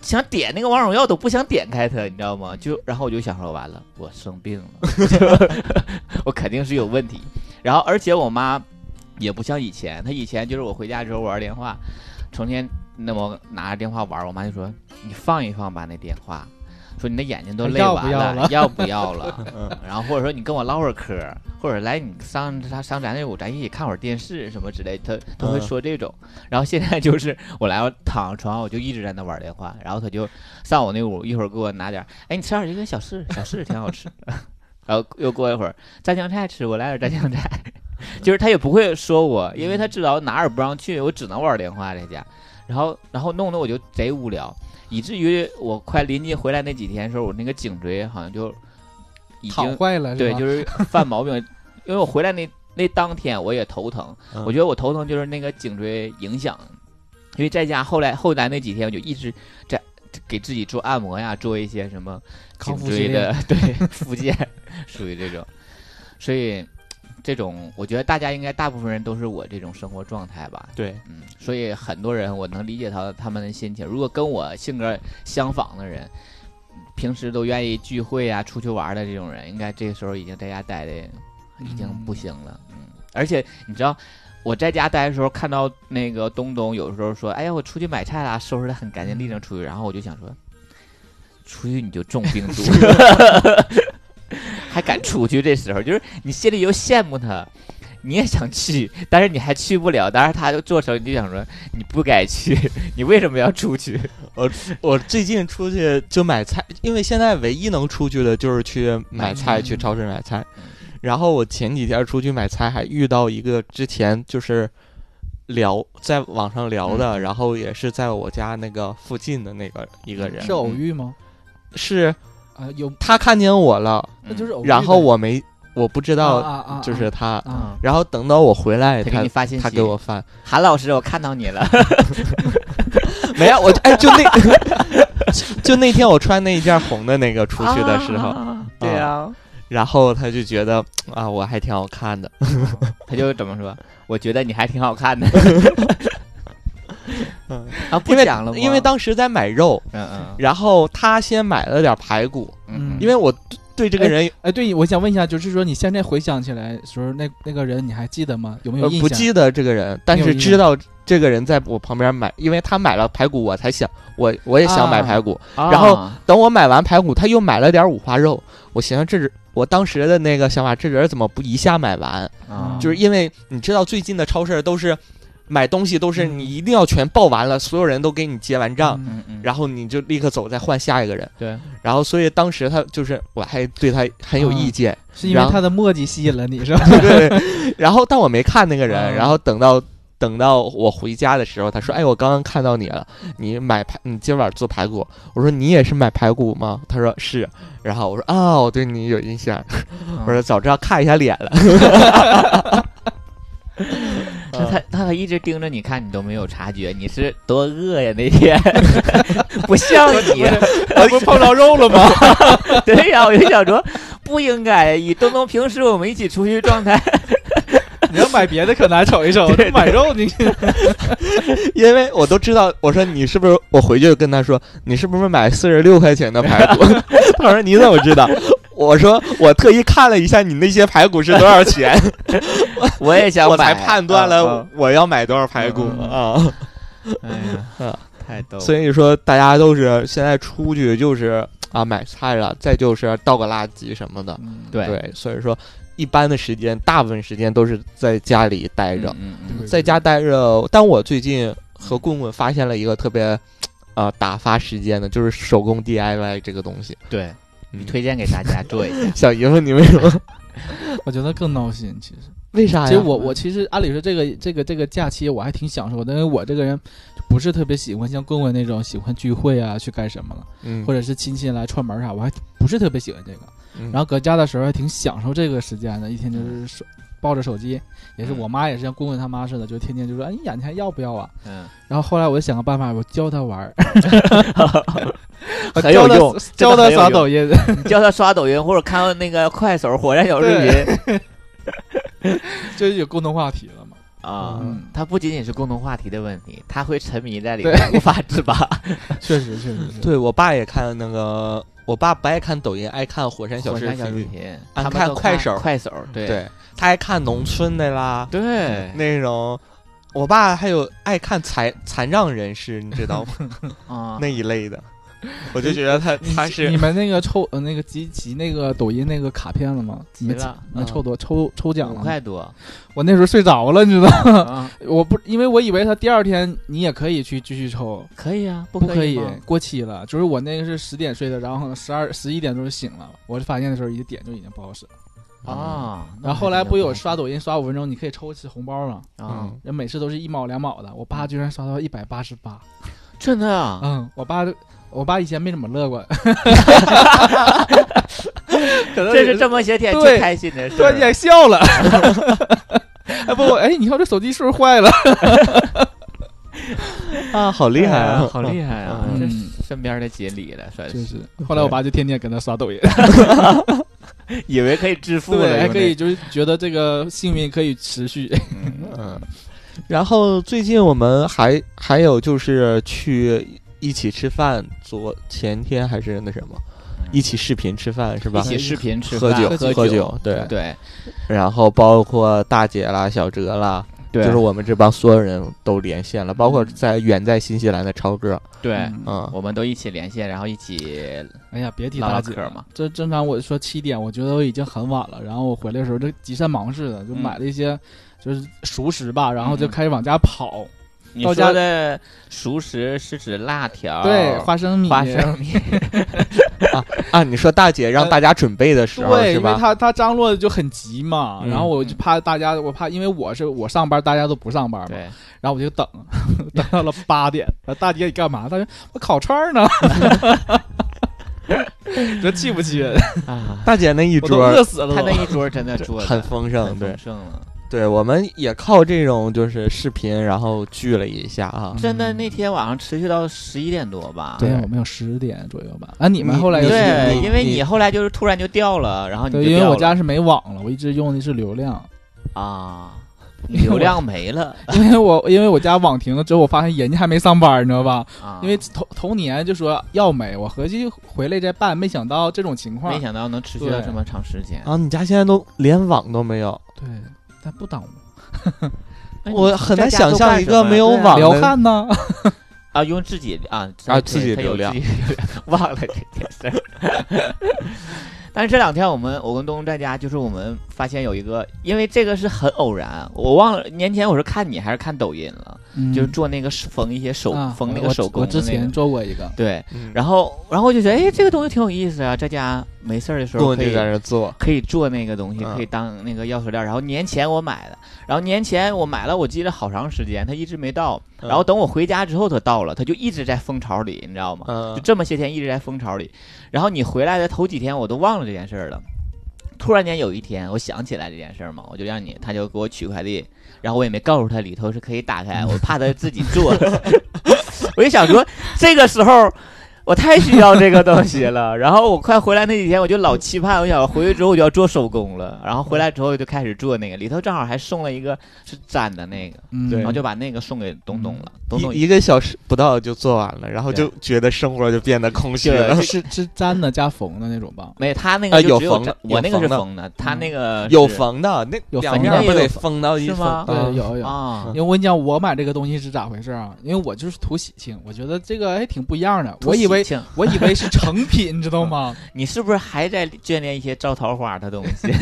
Speaker 6: 想点那个王者荣耀都不想点开它，你知道吗？就然后我就想说，完了，我生病了， 我肯定是有问题。然后而且我妈也不像以前，她以前就是我回家之后玩电话，成天那么拿着电话玩，我妈就说你放一放吧那电话。说你的眼睛都
Speaker 7: 啊
Speaker 6: 累
Speaker 7: 要
Speaker 6: 完
Speaker 7: 不要
Speaker 6: 了
Speaker 7: 了，
Speaker 6: 要不要了？然后或者说你跟我唠会儿嗑儿，或者来你上他上咱这屋，咱一起看会儿电视什么之类的，他他会
Speaker 5: 嗯
Speaker 6: 说这种。然后现在就是我来我躺床上，我就一直在那玩电话，然后他就上我那屋，一会儿给我拿点儿，哎，你吃点儿这个小柿，小柿挺好吃。 然后又过一会儿蘸酱菜吃，我来点蘸酱菜。 就是他也不会说我，因为他知道哪儿也不让去，我只能玩电话在家。然后然后弄得我就贼无聊，以至于我快临近回来那几天的时候，我那个颈椎好像就已
Speaker 7: 躺
Speaker 6: 经
Speaker 7: 坏了，
Speaker 6: 对，
Speaker 7: 吧
Speaker 6: 就是犯毛病。因为我回来那那当天我也头疼，
Speaker 5: 嗯
Speaker 6: 我觉得我头疼就是那个颈椎影响，因为在家后来后来那几天我就一直在给自己做按摩呀，做一些什么
Speaker 7: 康
Speaker 6: 颈
Speaker 7: 复
Speaker 6: 椎
Speaker 7: 系
Speaker 6: 的对 复健，属于这种，所以这种我觉得大家应该大部分人都是我这种生活状态吧，
Speaker 5: 对，
Speaker 6: 嗯，所以很多人我能理解他他们的心情。如果跟我性格相仿的人，平时都愿意聚会啊、出去玩的这种人，应该这个时候已经在家待的已经不行了。嗯，而且你知道我在家待的时候，看到那个东东有时候说：“哎呀，我出去买菜啦，收拾的很干净利整出去。”然后我就想说，出去你就中病毒， 还敢出去？这时候就是你心里又羡慕他。你也想去，但是你还去不了。但是他就做成，你就想说你不该去，你为什么要出去？
Speaker 5: 我最近出去就买菜，因为现在唯一能出去的就是去买菜，
Speaker 7: 嗯
Speaker 5: 去超市买菜
Speaker 6: 嗯。
Speaker 5: 然后我前几天出去买菜，还遇到一个之前就是聊在网上聊的，然后也是在我家那个附近的那个一个人，
Speaker 7: 是偶遇吗？
Speaker 5: 是
Speaker 7: 啊，有，
Speaker 5: 他看见我了，
Speaker 7: 那就是
Speaker 6: 嗯
Speaker 7: 偶遇呗。
Speaker 5: 然后我没我不知道
Speaker 7: 到
Speaker 5: 就是他，
Speaker 7: 啊，
Speaker 5: 然后等到我回来，
Speaker 6: 他给
Speaker 5: 他
Speaker 6: 你发信息，
Speaker 5: 他给我发
Speaker 6: 韩老师，我看到你了，
Speaker 5: 没有，我哎就那 就那天我穿那一件红的那个出去的时候，
Speaker 6: 啊 对呀，
Speaker 5: 然后他就觉得啊，我还挺好看的。
Speaker 6: 他就怎么说？我觉得你还挺好看的。啊，不
Speaker 5: 因为
Speaker 6: 讲了吗
Speaker 5: 因为当时在买肉，
Speaker 6: 嗯嗯
Speaker 5: 然后他先买了点排骨，
Speaker 6: 嗯，
Speaker 5: 因为我对对这个人
Speaker 7: 哎，对，我想问一下，就是说你现在回想起来的时候，那那个人你还记得吗？有没有
Speaker 5: 呃
Speaker 7: 印象？
Speaker 5: 不记得这个人，但是知道这个人在我旁边买，因为他买了排骨，我才想我我也想买排骨。
Speaker 6: 啊
Speaker 5: 然后等我买完排骨，他又买了点五花肉，我寻思这人我当时的那个想法，这人怎么不一下买完？
Speaker 6: 啊
Speaker 5: 就是因为你知道最近的超市都是买东西都是你一定要全报完了，所有人都给你结完账。
Speaker 7: 嗯
Speaker 6: 嗯嗯，
Speaker 5: 然后你就立刻走，再换下一个人。
Speaker 6: 对，
Speaker 5: 然后所以当时他就是我还对他很有
Speaker 7: 啊
Speaker 5: 意 见，
Speaker 7: 是因为
Speaker 5: 然后
Speaker 7: 他的墨迹吸引了你是吧？
Speaker 5: 对然后但我没看那个人，
Speaker 7: 啊
Speaker 5: 然后等到等到我回家的时候，他说：“哎，我刚刚看到你了，你买排，你今晚做排骨。”我说：“你也是买排骨吗？”他说：“是。”然后我说：“啊，我对你有印象。” 我
Speaker 7: 啊
Speaker 5: 说：“早知道看一下脸了。
Speaker 6: 他他他还一直盯着你看，你都没有察觉，你是多饿呀那天， 不像你，啊
Speaker 5: 不碰着肉了吗？
Speaker 6: 对呀，我就想说不应该，以东东平时我们一起出去状态，
Speaker 7: 你要买别的可难瞅一瞅，这买肉你
Speaker 5: 因为我都知道，我说你是不是？我回去就跟他说，你是不是买四十六块钱的排骨？ 他说你怎么知道？我说我特意看了一下你那些排骨是多少钱，
Speaker 6: 我也想
Speaker 5: 我才
Speaker 6: 买
Speaker 5: 判断了
Speaker 6: 嗯
Speaker 5: 我要买多少排骨
Speaker 6: 嗯
Speaker 5: 啊。
Speaker 6: 嗯哎
Speaker 5: 嗯
Speaker 6: 呀，太逗了，
Speaker 5: 所以说，大家都是现在出去就是啊买菜了，再就是倒个垃圾什么的。
Speaker 6: 对
Speaker 5: 对，所以说一般的时间，大部分时间都是在家里待着，
Speaker 6: 嗯嗯
Speaker 5: 在家待着。但我最近和棍棍发现了一个特别呃打发时间的，就是手工 DIY 这个东西。
Speaker 6: 对，
Speaker 5: 嗯，
Speaker 6: 推荐给大家做一下
Speaker 5: 小姨夫，你为什么？
Speaker 7: 我觉得更闹心。其实，
Speaker 5: 为啥呀？
Speaker 7: 其实我我其实按理说这个这个这个假期我还挺享受的，因为我这个人不是特别喜欢像棍棍那种喜欢聚会啊，去干什么了，
Speaker 5: 嗯
Speaker 7: 或者是亲戚来串门啥，我还不是特别喜欢这个。
Speaker 5: 嗯
Speaker 7: 然后搁家的时候还挺享受这个时间的，一天就是手抱着手机，也是我妈也是像棍棍他妈似的，就天天就说：“哎，你眼睛还要不要啊
Speaker 6: 嗯，？”
Speaker 7: 然后后来我就想个办法，我教他 玩儿，
Speaker 6: 很有
Speaker 7: 教
Speaker 6: 用
Speaker 7: 他，教他刷抖音，
Speaker 6: 你 教他刷抖音或者看那个快手火山小视频
Speaker 7: 就是有共同话题了嘛。
Speaker 6: 啊
Speaker 7: 嗯，
Speaker 6: 他不仅仅是共同话题的问题，他会沉迷在里面无法自拔。
Speaker 7: 确实，确实，
Speaker 5: 对我爸也看那个，我爸不爱看抖音，爱看火山小
Speaker 6: 火
Speaker 5: 视
Speaker 6: 山小视
Speaker 5: 频。
Speaker 6: 频，
Speaker 5: 啊
Speaker 6: 他们
Speaker 5: 看
Speaker 6: 都
Speaker 5: 快手
Speaker 6: 快手，对
Speaker 5: 对，他爱看农村的啦，
Speaker 6: 对
Speaker 5: 那种，我爸还有爱看残残障人士，你知道吗？
Speaker 6: 啊，
Speaker 5: 那一类的， 我就觉得他他
Speaker 7: 你
Speaker 5: 是
Speaker 7: 们那个抽呃那个集集那个抖音那个卡片了吗？
Speaker 6: 急了嗯
Speaker 7: 你们抽多抽抽奖
Speaker 6: 五
Speaker 7: 了吗？
Speaker 6: 块多，
Speaker 7: 我那时候睡着了，你知道吗，
Speaker 6: 啊
Speaker 7: 我不因为我以为他第二天你也可以去继续抽，
Speaker 6: 可以啊，
Speaker 7: 不
Speaker 6: 不可
Speaker 7: 以
Speaker 6: 吗
Speaker 7: 过期了。就是我那个是十点睡的，然后十二十一点钟就醒了，我就发现的时候已经点就已经不好使了。
Speaker 6: 啊。那
Speaker 7: 嗯然后后来
Speaker 6: 还挺
Speaker 7: 不有
Speaker 6: 好
Speaker 7: 刷嗯抖音刷五分钟，你可以抽一次红包吗？
Speaker 6: 啊，
Speaker 5: 嗯
Speaker 7: 人每次都是一毛两毛的，我爸居然刷到一百八十八。
Speaker 6: 真的啊，
Speaker 7: 嗯，我爸我爸以前没怎么乐 过，可能
Speaker 6: 这是这么些天
Speaker 7: 对
Speaker 6: 最开心的事
Speaker 7: 突然
Speaker 6: 儿。
Speaker 7: 间笑了。 哎不，哎，你看我这手机是不是坏了？
Speaker 5: 啊，好厉害
Speaker 6: 哎呀
Speaker 5: 啊！
Speaker 6: 好厉害啊！
Speaker 7: 嗯
Speaker 6: 这是身边的锦鲤了，算
Speaker 7: 就是是，后来我爸就天天跟他刷抖音，
Speaker 6: 以为可以致富了，
Speaker 7: 对，还
Speaker 6: 用
Speaker 7: 可
Speaker 6: 这
Speaker 7: 以，就是觉得这个幸运可以持续。
Speaker 5: 嗯，然后最近我们还还有就是去一起吃饭，昨前天还是那什么，一起视频吃饭是吧
Speaker 6: 一？起视频吃
Speaker 5: 喝
Speaker 6: 饭
Speaker 5: 酒
Speaker 6: 喝
Speaker 5: 喝酒对
Speaker 6: 对
Speaker 5: 然后包括大姐啦、小哲啦，
Speaker 6: 对，
Speaker 5: 就是我们这帮所有人都连线了，包括在远在新西兰的超哥，
Speaker 6: 对，
Speaker 7: 嗯
Speaker 5: 嗯，
Speaker 6: 我们都一起连线，然后一起
Speaker 7: 哎呀，别提
Speaker 6: 唠
Speaker 7: 大
Speaker 6: 唠
Speaker 7: 姐
Speaker 6: 嗑
Speaker 7: 了
Speaker 6: 嘛。
Speaker 7: 这正常我说七点，我觉得我已经很晚了。然后我回来的时候，这急善忙似的，就
Speaker 6: 嗯
Speaker 7: 买了一些就是熟食吧，然后就
Speaker 6: 嗯
Speaker 7: 开始往家跑。
Speaker 6: 你
Speaker 7: 到
Speaker 6: 说
Speaker 7: 家
Speaker 6: 的熟食是指辣
Speaker 5: 哦
Speaker 6: 条，
Speaker 7: 对，花生米，
Speaker 6: 花生米，
Speaker 5: 啊，你说大姐让大家准备的时候
Speaker 7: 对，
Speaker 5: 是
Speaker 7: 因为
Speaker 5: 吧？
Speaker 7: 他他张罗的就很急嘛，
Speaker 5: 嗯
Speaker 7: 然后我就怕大家，我怕因为我是我上班，大家都不上班嘛，
Speaker 6: 对，
Speaker 7: 然后我就等， 等到了八点，然后大姐你干嘛？大姐我烤串儿呢， 你说气不气人？
Speaker 6: 啊，
Speaker 5: 大姐那一
Speaker 7: 我都
Speaker 5: 桌
Speaker 7: 饿死了
Speaker 6: 他
Speaker 7: 都
Speaker 6: 那。一桌真的做的
Speaker 5: 很丰盛，对
Speaker 6: 丰，盛了，
Speaker 5: 对，我们也靠这种就是视频，然后聚了一下啊。
Speaker 6: 真的那天晚上持续到十一点多吧。
Speaker 7: 对，我们有十点左右吧。啊，你们后来有
Speaker 6: 对
Speaker 7: 几点
Speaker 6: 因为
Speaker 7: 你
Speaker 6: 你后来就是突然就掉了，啊然后你就
Speaker 7: 对，因为
Speaker 6: 掉
Speaker 7: 我
Speaker 6: 了
Speaker 7: 家是没网了，我一直用的是流量，
Speaker 6: 啊，
Speaker 7: 因为我
Speaker 6: 流量没了
Speaker 7: 因为我因为我家网停了之后，我发现人家还没上班，你知道吧？
Speaker 6: 啊，
Speaker 7: 因为头头年就说要没，我合计回来再办，没想到这种情况。
Speaker 6: 啊没想到能持续到
Speaker 7: 对
Speaker 6: 这么长时间。
Speaker 5: 啊，你家现在都连网都没有，
Speaker 7: 对，但不耽误。
Speaker 6: 哎那你
Speaker 5: 我很难想象一个没有
Speaker 6: 在家都干什么呀对啊
Speaker 5: 网
Speaker 7: 流
Speaker 5: 的
Speaker 7: 汗呢？
Speaker 6: 啊，用自己啊
Speaker 5: 啊
Speaker 6: 对
Speaker 5: 自己
Speaker 6: 他
Speaker 5: 流
Speaker 6: 有
Speaker 5: 量
Speaker 6: 自己流量 忘了这件事儿。 但是这两天我们我跟东东在家，就是我们发现有一个，因为这个是很偶然，我忘了年前我是看你还是看抖音了，就是
Speaker 7: 嗯
Speaker 6: 做那个手缝一些手、
Speaker 7: 啊
Speaker 6: 缝那
Speaker 7: 我
Speaker 6: 个手工
Speaker 7: 我
Speaker 6: 的那
Speaker 7: 之
Speaker 6: 个
Speaker 7: 前做过一个，
Speaker 6: 对，
Speaker 5: 嗯
Speaker 6: 然后然后我就觉得哎这个东西挺有意思啊，在家没事儿的时候
Speaker 5: 棍
Speaker 6: 可
Speaker 5: 就
Speaker 6: 以
Speaker 5: 在那做，
Speaker 6: 可以做那个东西，
Speaker 5: 嗯
Speaker 6: 可以当那个钥匙链儿。然后年前我买的，然后年前我买了，我记得好长时间，它一直没到。
Speaker 5: 嗯
Speaker 6: 然后等我回家之后，它到了，它就一直在蜂巢里，你知道吗？就
Speaker 5: 嗯，
Speaker 6: 这么些天一直在蜂巢里。然后你回来的头几天，我都忘了这件事儿了。突然间有一天，我想起来这件事儿嘛，我就让你，他就给我取快递，然后我也没告诉他里头是可以打开，我怕他自己做。 我就想说，这个时候我太需要这个东西了。然后我快回来那几天，我就老期盼，我想回去之后我就要做手工了。然后回来之后就开始做那个，里头正好还送了一个是粘的那个，
Speaker 7: 嗯，
Speaker 5: 对
Speaker 6: 然后就把那个送给东东了。东东
Speaker 5: 一一个小时不到就做完了，然后就觉得生活就变得空虚了
Speaker 6: 对。
Speaker 7: 是是粘的加缝的那种吧？
Speaker 6: 没，他那
Speaker 5: 啊
Speaker 6: 个就
Speaker 5: 有
Speaker 6: 只有
Speaker 5: 缝
Speaker 6: 粘
Speaker 5: 的有
Speaker 6: 我那个是
Speaker 5: 缝的
Speaker 6: 缝的，他那个
Speaker 5: 有
Speaker 6: 是
Speaker 5: 缝的，那
Speaker 7: 有
Speaker 5: 两
Speaker 7: 缝
Speaker 5: 面
Speaker 7: 的
Speaker 5: 儿不
Speaker 6: 也
Speaker 5: 得
Speaker 6: 有
Speaker 5: 缝到一
Speaker 6: 是
Speaker 5: 缝
Speaker 6: 吗
Speaker 7: 对
Speaker 5: 啊，
Speaker 7: 有有。
Speaker 6: 啊
Speaker 7: 因为我跟你讲，我买这个东西是咋回事啊？因为我就是图喜庆，我觉得这个还挺不一样的。我以为
Speaker 6: 土喜庆
Speaker 7: 我以为是成品，你知道吗？
Speaker 6: 你是不是还在眷恋一些招桃花的东西？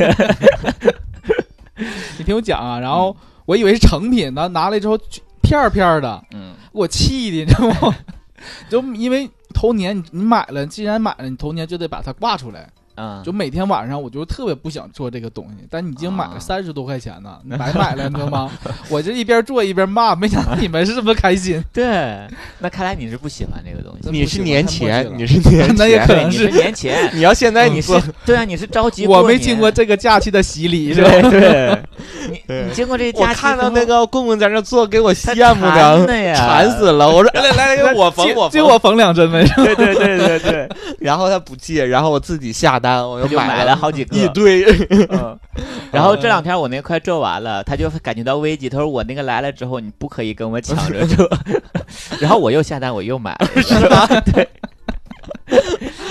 Speaker 7: 你听我讲啊，然后我以为是成品呢，拿来之后就片儿片儿的，
Speaker 6: 嗯，
Speaker 7: 给我气的，你知道吗？ 就因为头年你你买了，既然买了，你头年就得把它挂出来。
Speaker 6: 啊，
Speaker 7: 就每天晚上我就特别不想做这个东西，但你已经买
Speaker 6: 啊
Speaker 7: 了三十多块钱 呢，你白买了，你知道吗？我这一边做一边骂，没想到你们是这么开心。
Speaker 6: 对。那看来你是不喜欢这个东西，
Speaker 5: 你是年前，你
Speaker 7: 是
Speaker 5: 是年
Speaker 7: 那也
Speaker 5: 前
Speaker 7: 可，
Speaker 6: 对，
Speaker 7: 能
Speaker 6: 你
Speaker 7: 是
Speaker 6: 是年前，
Speaker 5: 你要现在
Speaker 6: 你
Speaker 5: 你
Speaker 6: 是
Speaker 5: 做，
Speaker 6: 对啊，你是着急过
Speaker 7: 我
Speaker 6: 年。
Speaker 7: 没经过这个假期的洗礼，是吧？
Speaker 6: 对 对，你
Speaker 5: 对
Speaker 6: 你经过这个
Speaker 5: 我
Speaker 6: 假期
Speaker 5: 看到
Speaker 6: 之后
Speaker 5: 那个棍棍在那做，给我
Speaker 6: 他
Speaker 5: 羡慕
Speaker 6: 馋
Speaker 5: 的，
Speaker 6: 的呀，
Speaker 5: 馋死了。 我说来来
Speaker 6: 哎
Speaker 5: 来，我缝我
Speaker 7: 借
Speaker 5: 缝，
Speaker 7: 我缝两针呗。
Speaker 6: 对对对对对，
Speaker 5: 然后他不借，然后我自己下单，我
Speaker 6: 我
Speaker 5: 又
Speaker 6: 就买
Speaker 5: 了
Speaker 6: 了好几个
Speaker 5: 一。堆。
Speaker 6: 嗯然后这两天我那快做完了，他就感觉到危机，他说我那个来了之后，你不可以跟我抢着做。 然后我又下单，我又买了，是吧？ 对。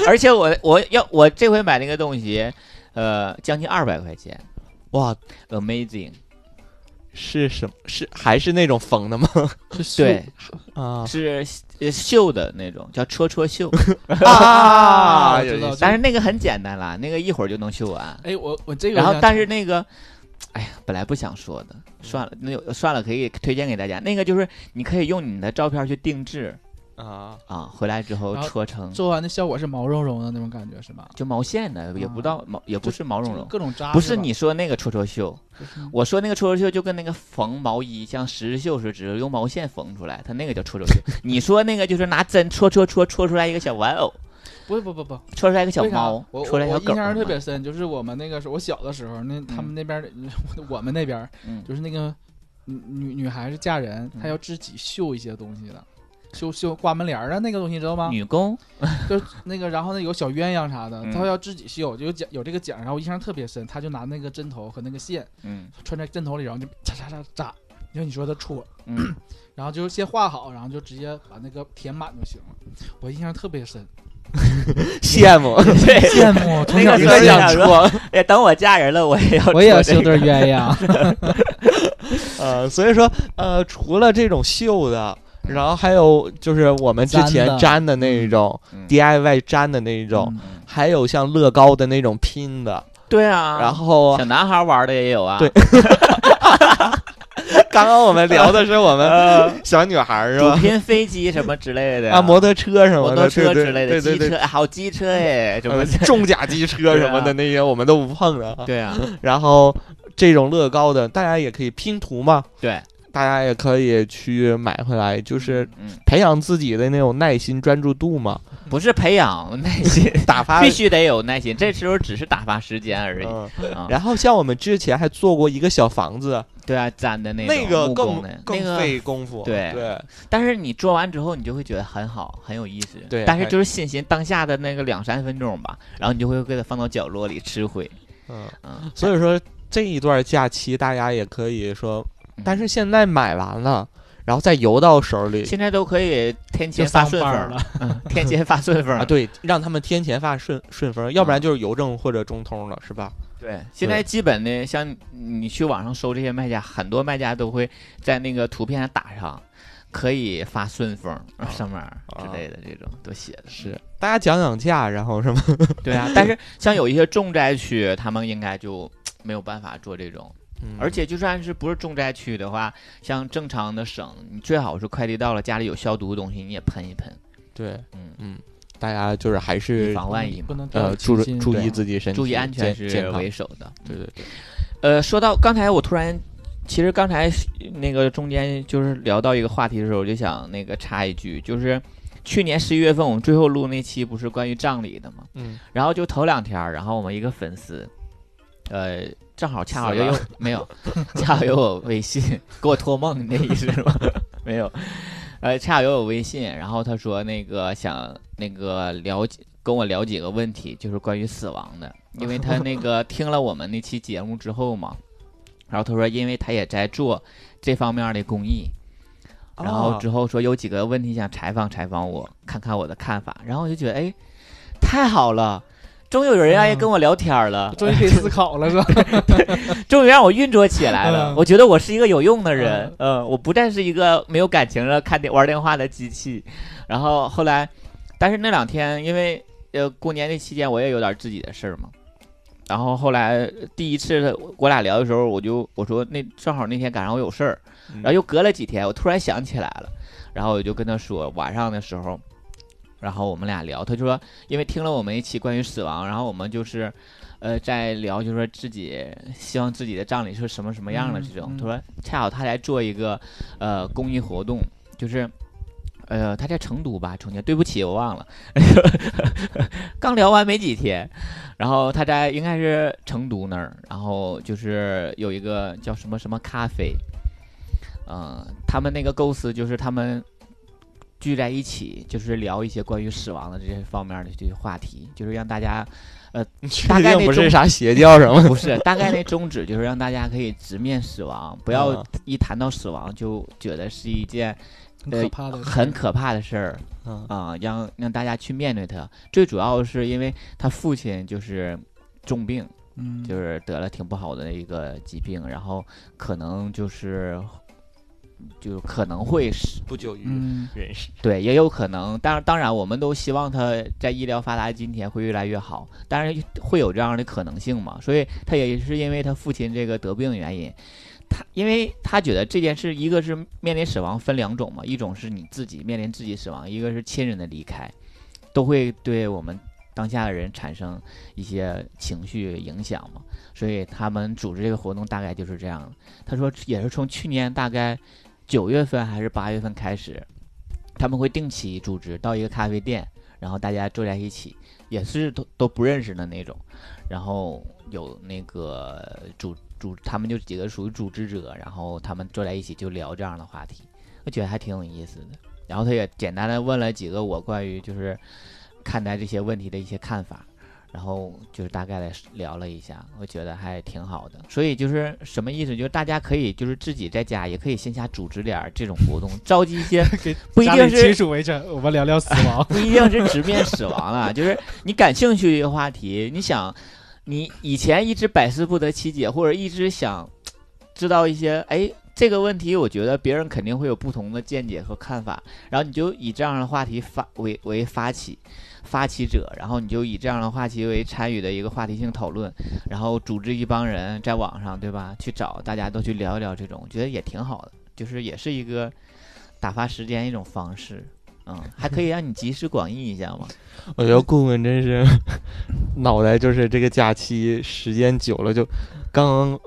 Speaker 6: 而且我我要我这回买那个东西，呃，将近二百块钱
Speaker 5: 哇，
Speaker 6: ，amazing。
Speaker 5: 是什么？是还是那种缝的吗？
Speaker 6: 对，
Speaker 5: 啊
Speaker 6: 是呃绣的那种，叫戳戳 绣，
Speaker 5: 啊！
Speaker 7: 知道知道
Speaker 6: 但是那个很简单啦，那个一会儿就能绣完。
Speaker 7: 哎，我我这个我
Speaker 6: 然后
Speaker 7: 想，
Speaker 6: 但是那个，哎呀，本来不想说的，算了，那有算了，可以推荐给大家。那个就是你可以用你的照片去定制
Speaker 5: 啊，
Speaker 6: 啊，回来之后
Speaker 7: 然后
Speaker 6: 戳成
Speaker 7: 做完的效果是毛茸茸的那种感觉是吧？
Speaker 6: 就毛线的，也不到毛，也不是毛
Speaker 7: 啊
Speaker 6: 茸
Speaker 7: 就是
Speaker 6: 茸。
Speaker 7: 各种扎
Speaker 6: 不
Speaker 7: 是
Speaker 6: 是
Speaker 7: 吧
Speaker 6: 你，说那个戳戳绣，
Speaker 7: 就是
Speaker 6: 我说那个戳戳绣就跟那个缝毛衣像十字绣是，只是用毛线缝出来，它那个叫 戳戳绣。你说那个就是拿针戳戳戳戳出来一个小玩偶，
Speaker 7: 不不不不，
Speaker 6: 戳出来一个小
Speaker 7: 为啥
Speaker 6: 猫，
Speaker 7: 我
Speaker 6: 戳出来
Speaker 7: 我
Speaker 6: 小
Speaker 7: 我
Speaker 6: 狗
Speaker 7: 印
Speaker 6: 儿
Speaker 7: 象
Speaker 6: 嘛。
Speaker 7: 特别深，就是我们那个时候，我小的时候，那他们那边儿， 我们那边儿
Speaker 6: 嗯
Speaker 7: 就是那个女女女孩子嫁人，她
Speaker 6: 嗯
Speaker 7: 要自己绣一些东西的，绣绣挂门帘儿啊那个东西，你知道吗？
Speaker 6: 女工
Speaker 7: 就是那个，然后呢有小鸳鸯啥的，
Speaker 6: 嗯
Speaker 7: 她要自己绣，就有讲有这个讲，然后我印象特别深，她就拿那个针头和那个线
Speaker 6: 嗯
Speaker 7: 穿在针头里，然后就扎扎扎扎，就你说她戳，
Speaker 6: 嗯
Speaker 7: 然后就先画好，然后就直接把那个填满就行了。我印象特别 深，
Speaker 5: 羡慕，
Speaker 6: 对，
Speaker 7: 羡慕，从小
Speaker 6: 那
Speaker 7: 就
Speaker 6: 个
Speaker 5: 有
Speaker 6: 时
Speaker 7: 想
Speaker 6: 候
Speaker 5: 想说，
Speaker 6: 哎，等我嫁人了，我也要
Speaker 7: 我也要
Speaker 6: 戳这
Speaker 7: 绣对
Speaker 6: 个
Speaker 7: 儿鸳鸯，
Speaker 5: 呃，所以说， 呃，除了这种绣的，然后还有就是我们之前
Speaker 7: 粘的
Speaker 5: 粘的那种
Speaker 6: 嗯
Speaker 5: DIY 粘的那种，
Speaker 7: 嗯
Speaker 5: 还有像乐高的那种拼的，
Speaker 6: 对啊，
Speaker 5: 然后
Speaker 6: 小男孩玩的也有啊，
Speaker 5: 对，刚刚我们聊的是我 们小女孩儿是
Speaker 6: 主
Speaker 5: 吧？
Speaker 6: 拼飞机什么之类的呀
Speaker 5: 啊，摩托车什么
Speaker 6: 摩
Speaker 5: 的，
Speaker 6: 托车
Speaker 5: 对
Speaker 6: 之类的，
Speaker 5: 对
Speaker 6: 机
Speaker 5: 对对
Speaker 6: 车
Speaker 5: 对。
Speaker 6: 哎好机车哎，什么
Speaker 5: 呃重甲机车什么
Speaker 6: 对啊
Speaker 5: 的那些我们都不碰的啊，
Speaker 6: 对啊，
Speaker 5: 然后这种乐高的大家也可以拼图嘛，
Speaker 6: 对，
Speaker 5: 大家也可以去买回来，就是
Speaker 6: 嗯，
Speaker 5: 培养自己的那种耐心专注度 嘛，
Speaker 6: 不是培养耐 心，
Speaker 5: 打发
Speaker 6: 必须得有耐心，这时候只是打发时间而已。
Speaker 5: 嗯
Speaker 6: 啊
Speaker 5: 然后像我们之前还做过一个小房子，
Speaker 6: 对啊，粘的那
Speaker 5: 那个
Speaker 6: 种木
Speaker 5: 更
Speaker 6: 工的，那
Speaker 5: 更
Speaker 6: 个，
Speaker 5: 费功夫，
Speaker 6: 对
Speaker 5: 对
Speaker 6: 但是你做完之后，你就会觉得很好，很有意思。
Speaker 5: 对
Speaker 6: 但是
Speaker 5: 还
Speaker 6: 就是信心当下的那个两三分钟吧，然后你就会给它放到角落里吃灰。
Speaker 5: 嗯，
Speaker 6: 嗯，
Speaker 5: 所以说这一段假期大家也可以说，
Speaker 6: 嗯
Speaker 5: 但是现在买完了，然后再邮到手里
Speaker 6: 现在都可以天
Speaker 7: 就
Speaker 6: 前发
Speaker 7: 上
Speaker 6: 顺
Speaker 7: 班
Speaker 6: 丰
Speaker 7: 儿了，，
Speaker 6: 嗯天前发顺丰
Speaker 5: 啊，对，让他们天前发顺顺丰，要不
Speaker 6: 嗯
Speaker 5: 然就是邮政或者中通了，是吧？
Speaker 6: 对，现在基本的像你去网上搜这些卖家，很多卖家都会在那个图片上打上，可以发顺丰、
Speaker 5: 啊
Speaker 6: 上面儿之类的这种都写的。
Speaker 5: 是，大家讲讲价，然后什么？
Speaker 6: 对啊，但是像有一些重灾区，他们应该就没有办法做这种。
Speaker 5: 嗯
Speaker 6: 而且就算是不是重灾区的话，像正常的省，你最好是快递到了家里有消毒的东西，你也喷一喷，
Speaker 5: 对，
Speaker 6: 嗯
Speaker 5: 嗯，大家就是还
Speaker 6: 以
Speaker 5: 是
Speaker 6: 防万一
Speaker 7: 不
Speaker 6: 嘛。
Speaker 7: 能掉
Speaker 5: 呃
Speaker 7: 以
Speaker 5: 注
Speaker 7: 轻
Speaker 5: 重注
Speaker 7: 心
Speaker 6: 对
Speaker 5: 意自己身体，
Speaker 6: 注意安全
Speaker 5: 健
Speaker 6: 是
Speaker 5: 健康
Speaker 6: 为，首的。
Speaker 5: 对对对，
Speaker 6: 呃，说到刚才，我突然，其实刚才那个中间就是聊到一个话题的时候，我就想那个插一句，就是去年十一月份我们最后录那期不是关于葬礼的吗？
Speaker 5: 嗯，
Speaker 6: 然后就头两天儿，然后我们一个粉丝，呃，正好恰好
Speaker 5: 死
Speaker 6: 又
Speaker 5: 了
Speaker 6: 有没有， 恰好有我微信，给我托梦，你那意思是吗？ 没有，呃，恰好有我微信，然后他说那个想那个了解跟我聊几个问题，就是关于死亡 的，因为他那个听了我们那期节目之后嘛，然后他说因为他也在做这方面的公益，然后
Speaker 5: 哦
Speaker 6: 之后说有几个问题想采访采访我，看看我的看法，然后我就觉得哎，太好了。终于有人愿意跟我聊天儿了，
Speaker 7: 终于可以思考了，是 吧？
Speaker 6: 终于让我运作起来了。
Speaker 7: 嗯
Speaker 6: 我觉得我是一个有用的人，嗯，我不再是一个没有感情的看电玩电话的机器。然后后来，但是那两天因为呃过年那期间我也有点自己的事儿嘛，然后后来第一次我俩聊的时候，我就我说那正好那天赶上我有事儿，
Speaker 5: 嗯
Speaker 6: 然后又隔了几天，我突然想起来了，然后我就跟他说晚上的时候。然后我们俩聊，他就说，因为听了我们一期关于死亡，然后我们就是，呃，在聊，就是说自己希望自己的葬礼是什么什么样的
Speaker 7: 嗯
Speaker 6: 这种。
Speaker 7: 嗯
Speaker 6: 他说，恰好他来做一个呃公益活动，就是呃他在成都吧，重庆，对不起，我忘了， 刚聊完没几天，然后他在应该是成都那儿，然后就是有一个叫什么什么咖啡，嗯、他们那个构思就是他们聚在一起，就是聊一些关于死亡的这些方面的这些话题，就是让大家
Speaker 5: 你确
Speaker 6: 大概
Speaker 5: 定
Speaker 6: 那
Speaker 5: 不
Speaker 6: 中
Speaker 5: 是啥邪教什么？
Speaker 6: 不是，大概那宗旨就是让大家可以直面死亡，不要
Speaker 5: 嗯
Speaker 6: 一谈到死亡就觉得是一件
Speaker 7: 很可怕的，
Speaker 6: 很可怕的事儿
Speaker 5: 嗯
Speaker 6: 啊、让让大家去面对它。最主要是因为他父亲就是重病，
Speaker 7: 嗯，
Speaker 6: 就是得了挺不好的一个疾病，然后可能就是就可能会是
Speaker 5: 不久于
Speaker 7: 嗯，
Speaker 5: 人世，
Speaker 6: 对，也有可能。当然，当然，我们都希望他在医疗发达的今天会越来越好，当然会有这样的可能性嘛。所以他也是因为他父亲这个得病的原因，他因为他觉得这件事，一个是面临死亡分两种嘛，一种是你自己面临自己死亡，一个是亲人的离开，都会对我们当下的人产生一些情绪影响嘛。所以他们组织这个活动大概就是这样。他说也是从去年大概九月份还是八月份开始，他们会定期组织到一个咖啡店，然后大家坐在一起，也是都都不认识的那种，然后有那个组组，他们就几个属于组织者，然后他们坐在一起就聊这样的话题，我觉得还挺有意思的。然后他也简单的问了几个我关于就是看待这些问题的一些看法，然后就是大概的聊了一下，我觉得还挺好的。所以就是什么意思？就是大家可以就是自己在家也可以线下组织点儿这种活动，召集一些
Speaker 7: 给
Speaker 6: 不一
Speaker 7: 家
Speaker 6: 定
Speaker 7: 里
Speaker 6: 是。
Speaker 7: 亲属为证，我们聊聊死亡
Speaker 6: 不一定是直面死亡了，就是你感兴趣一个话题，你想，你以前一直百思不得其解，或者一直想知道一些，哎，这个问题我觉得别人肯定会有不同的见解和看法，然后你就以这样的话题发为为发起。发起者，然后你就以这样的话题为参与的一个话题性讨论，然后组织一帮人在网上，对吧？去找大家都去聊一聊这种，我觉得也挺好的，就是也是一个打发时间一种方式。嗯，还可以让你集思广益一下 嘛。
Speaker 5: 我觉得棍棍真是脑袋就是这个假期时间久了就刚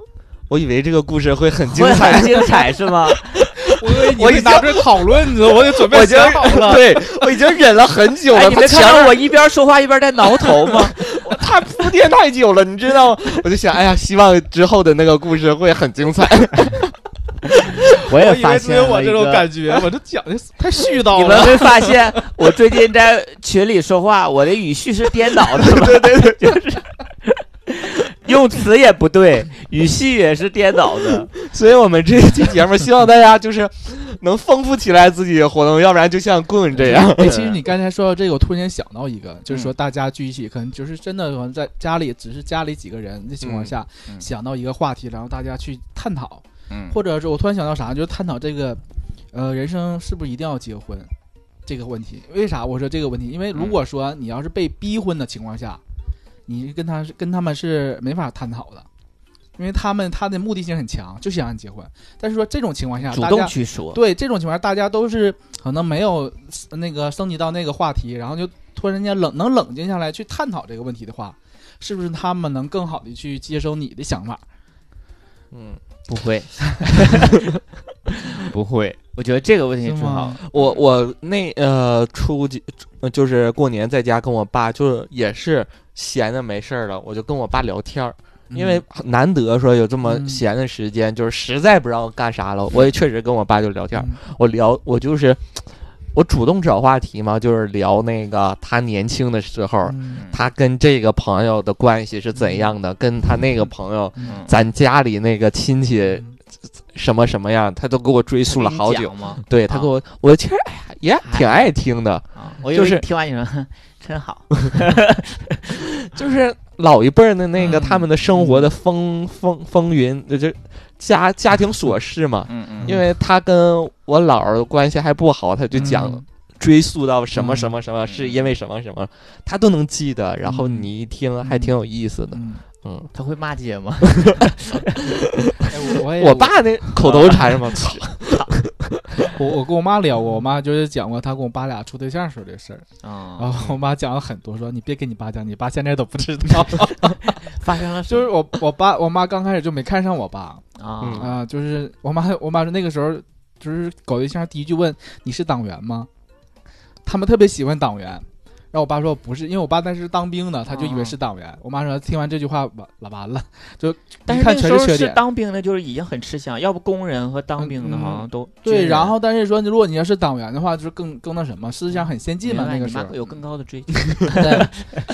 Speaker 5: 我以为这个故事会很精
Speaker 6: 我
Speaker 5: 彩
Speaker 6: 很，精彩是吗？
Speaker 7: 我 以为你
Speaker 5: 我已
Speaker 7: 会
Speaker 5: 经
Speaker 7: 拿出来讨论呢，我得 准备
Speaker 5: 我已经
Speaker 7: 想好了。
Speaker 5: 对我已经忍了很久了，
Speaker 6: 哎，你没
Speaker 5: 墙
Speaker 6: 看到我一边说话一边在挠头吗？
Speaker 5: 他铺垫太久了，你知道吗？我就想，哎呀，希望之后的那个故事会很精彩。
Speaker 6: 我
Speaker 7: 我以为只有我这种感 觉，我这讲的太絮叨
Speaker 6: 你们
Speaker 7: 了。
Speaker 6: 会发现，我最近在群里说话，我的语序是颠倒的了，
Speaker 5: 对 对对，
Speaker 6: 用词也不对，语序也是颠倒的。
Speaker 5: 所以我们这一期节目，希望大家就是能丰富起来自己的活动，要不然就像棍这样。
Speaker 7: 哎，其实你刚才说到这个，我突然间想到一个，就是说大家聚一起，可能就是真的可能在家里，只是家里几个人的情况下，
Speaker 6: 嗯嗯
Speaker 7: 想到一个话题，然后大家去探讨，
Speaker 6: 嗯
Speaker 7: 或者是我突然想到啥，就是探讨这个，呃，人生是不是一定要结婚这个问题？为啥我说这个问题？因为如果说你要是被逼婚的情况下，你跟他是跟他们是没法探讨的。因为他们他的目的性很强，就想让你结婚。但是说这种情况下，
Speaker 6: 主
Speaker 7: 大
Speaker 6: 动
Speaker 7: 家
Speaker 6: 去说，
Speaker 7: 对这种情况下，大家都是可能没有呃那个升级到那个话题，然后就突然间冷能冷静下来去探讨这个问题的话，是不是他们能更好的去接收你的想法？
Speaker 5: 嗯，
Speaker 6: 不会，不会。我觉得这个问题
Speaker 7: 是
Speaker 6: 挺好
Speaker 7: 吗，？
Speaker 5: 我我那呃初几呃就是过年在家跟我爸，就是也是闲的没事儿了，我就跟我爸聊天儿。
Speaker 6: 嗯
Speaker 5: 因为难得说有这么
Speaker 7: 嗯
Speaker 5: 闲的时间，就是实在不知道干啥了，我也确实跟我爸就聊天儿。
Speaker 7: 嗯
Speaker 5: 我聊，我就是我主动找话题嘛，就是聊那个他年轻的时候，
Speaker 7: 嗯
Speaker 5: 他跟这个朋友的关系是怎样的，跟他那个朋友，
Speaker 7: 嗯
Speaker 5: 咱家里那个亲戚什么什么样，他都给我追溯了好久。
Speaker 6: 吗？
Speaker 5: 对他
Speaker 6: 啊
Speaker 5: 给我，我其实哎呀也挺爱听 的，
Speaker 6: 啊，我以
Speaker 5: 就
Speaker 6: 为
Speaker 5: 是
Speaker 6: 你听完你说 哼真好，
Speaker 5: 就是老一辈儿的那个
Speaker 7: 嗯
Speaker 5: 他们的生活的风风风云，就就家家庭琐事嘛。
Speaker 6: 嗯嗯
Speaker 5: 因为他跟我姥儿关系还不好，他就讲
Speaker 7: 嗯
Speaker 5: 追溯到什么
Speaker 7: 嗯
Speaker 5: 什么什么，
Speaker 6: 嗯
Speaker 5: 是因为什么什么，他都能记得。然后
Speaker 7: 嗯
Speaker 5: 你一听，还挺有意思的。
Speaker 7: 嗯
Speaker 5: 嗯，
Speaker 6: 他会骂街吗？
Speaker 7: 哎我 我也
Speaker 5: 我爸那口头禅是吗？操，
Speaker 7: 我我跟我妈聊过，我妈就是讲过她跟我爸俩处对象时候的事儿，然
Speaker 6: 啊，
Speaker 7: 后我妈讲了很多，说你别跟你爸讲，你爸现在都不 知道。
Speaker 6: 发生了什
Speaker 7: 就
Speaker 6: 么
Speaker 7: 是我我爸我妈刚开始就没看上我爸，
Speaker 5: 嗯
Speaker 6: 啊
Speaker 7: 啊、就是我妈，我妈说那个时候就是搞对象，第一句问你是党员吗？他们特别喜欢党员，然后我爸说不是，因为我爸那时当兵的，他就以
Speaker 6: 啊
Speaker 7: 为是党员。我妈说听完这句话完了完了，就
Speaker 6: 但
Speaker 7: 一
Speaker 6: 是那
Speaker 7: 看
Speaker 6: 个时
Speaker 7: 全
Speaker 6: 候
Speaker 7: 缺
Speaker 6: 是
Speaker 7: 点。
Speaker 6: 当兵的，就是已经很吃香，要不工人和当兵的好像都
Speaker 7: 对，
Speaker 6: 军人
Speaker 7: 然后但是说如果你要是党员的话，就是更更那什么，思想很先进
Speaker 6: 嗯明
Speaker 7: 嘛，
Speaker 6: 白
Speaker 7: 那个
Speaker 6: 你
Speaker 7: 时
Speaker 6: 妈
Speaker 7: 候
Speaker 6: 有更高的追求，
Speaker 7: 对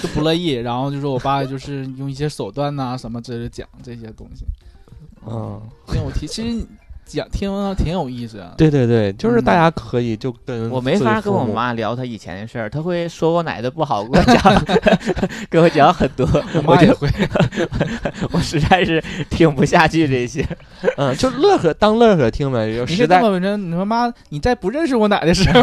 Speaker 7: 就不乐意，然后就说我爸就是用一些手段呐、什么之类的讲这些东西，
Speaker 5: 嗯，
Speaker 7: 因为我 提其实讲听啊挺有意思啊，
Speaker 5: 对对对，就是大家可以就跟
Speaker 6: 嗯我没
Speaker 5: 自己
Speaker 6: 法跟
Speaker 5: 父
Speaker 6: 我
Speaker 5: 母，
Speaker 6: 妈聊她以前的事儿，她会说我奶的不好，跟我 讲，跟我讲很多，
Speaker 7: 我
Speaker 6: 我
Speaker 7: 妈也
Speaker 6: 就
Speaker 7: 会。
Speaker 6: 我实在是听不下去这些。
Speaker 5: 嗯，就乐呵当乐呵听呗。有
Speaker 7: 你
Speaker 5: 时
Speaker 7: 是这
Speaker 5: 代
Speaker 7: 么文章，你说妈，你在不认识我奶的 时候，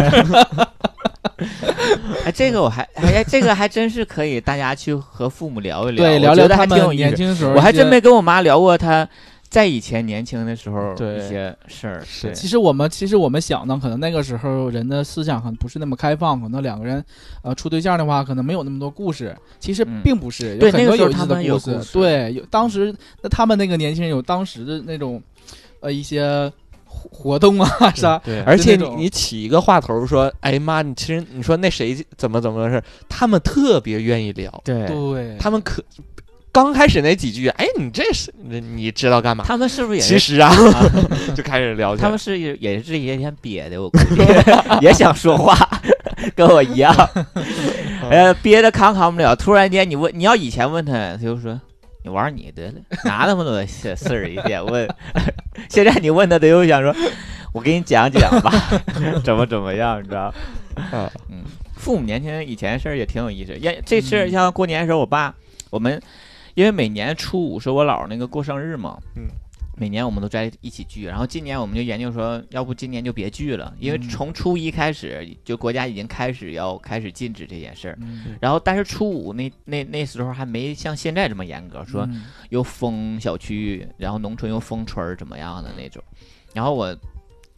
Speaker 6: 哎，这个我还哎，这个还真是可以，大家去和父母聊一聊，
Speaker 7: 对，
Speaker 6: 我
Speaker 7: 聊
Speaker 6: 觉
Speaker 7: 聊
Speaker 6: 得
Speaker 7: 他
Speaker 6: 还挺有
Speaker 7: 们
Speaker 6: 意
Speaker 7: 年
Speaker 6: 思。
Speaker 7: 轻的时候，
Speaker 6: 我还真没。跟我妈聊过她在以前年轻的时候
Speaker 5: 对
Speaker 6: 一些事儿，对
Speaker 7: 其实我们其实我们想呢，可能那个时候人的思想可能不是那么开放，可能两个人，呃，处对象的话，可能没有那么多故事。其实
Speaker 6: 嗯
Speaker 7: 并不是，
Speaker 6: 对
Speaker 7: 有很
Speaker 6: 那
Speaker 7: 多
Speaker 6: 个时候
Speaker 7: 意思
Speaker 6: 他们
Speaker 7: 的
Speaker 6: 有
Speaker 7: 事。
Speaker 6: 故事
Speaker 7: 对，有当时那他们那个年轻人有当时的那种，呃，一些活活动啊啥。
Speaker 5: 对，而且
Speaker 7: 就那
Speaker 5: 你
Speaker 7: 种
Speaker 5: 你起一个话头说，哎妈，你其实你说那谁怎么怎么回事，他们特别愿意聊，
Speaker 6: 对
Speaker 7: 对，
Speaker 5: 他们可刚开始那几句，哎，你这是你你知道干嘛？
Speaker 6: 他们是不是也
Speaker 5: 其
Speaker 6: 是？
Speaker 5: 实啊，就开始聊起来
Speaker 6: 他们是也也是也天憋的，我估计也想说话，跟我一样，呃，憋得扛扛不了。突然间你问，你要以前问他，他就说你玩你的了，哪那么多事事儿一天问。现在你问他，他又想说，我给你讲讲吧，怎么怎么样，你知道？
Speaker 5: 嗯
Speaker 6: 嗯，父母年轻人以前的事儿也挺有意思。也这事儿像过年的时候，我爸我们因为每年初五是我姥儿那个过生日嘛，
Speaker 5: 嗯，
Speaker 6: 每年我们都在一起聚，然后今年我们就研究说，要不今年就别聚了，因为
Speaker 7: 嗯
Speaker 6: 从初一开始就国家已经开始要开始禁止这件事儿。
Speaker 7: 嗯
Speaker 6: 然后，但是初五那那那时候还没像现在这么严格，说
Speaker 7: 嗯
Speaker 6: 又封小区，然后农村又封村儿怎么样的那种。然后我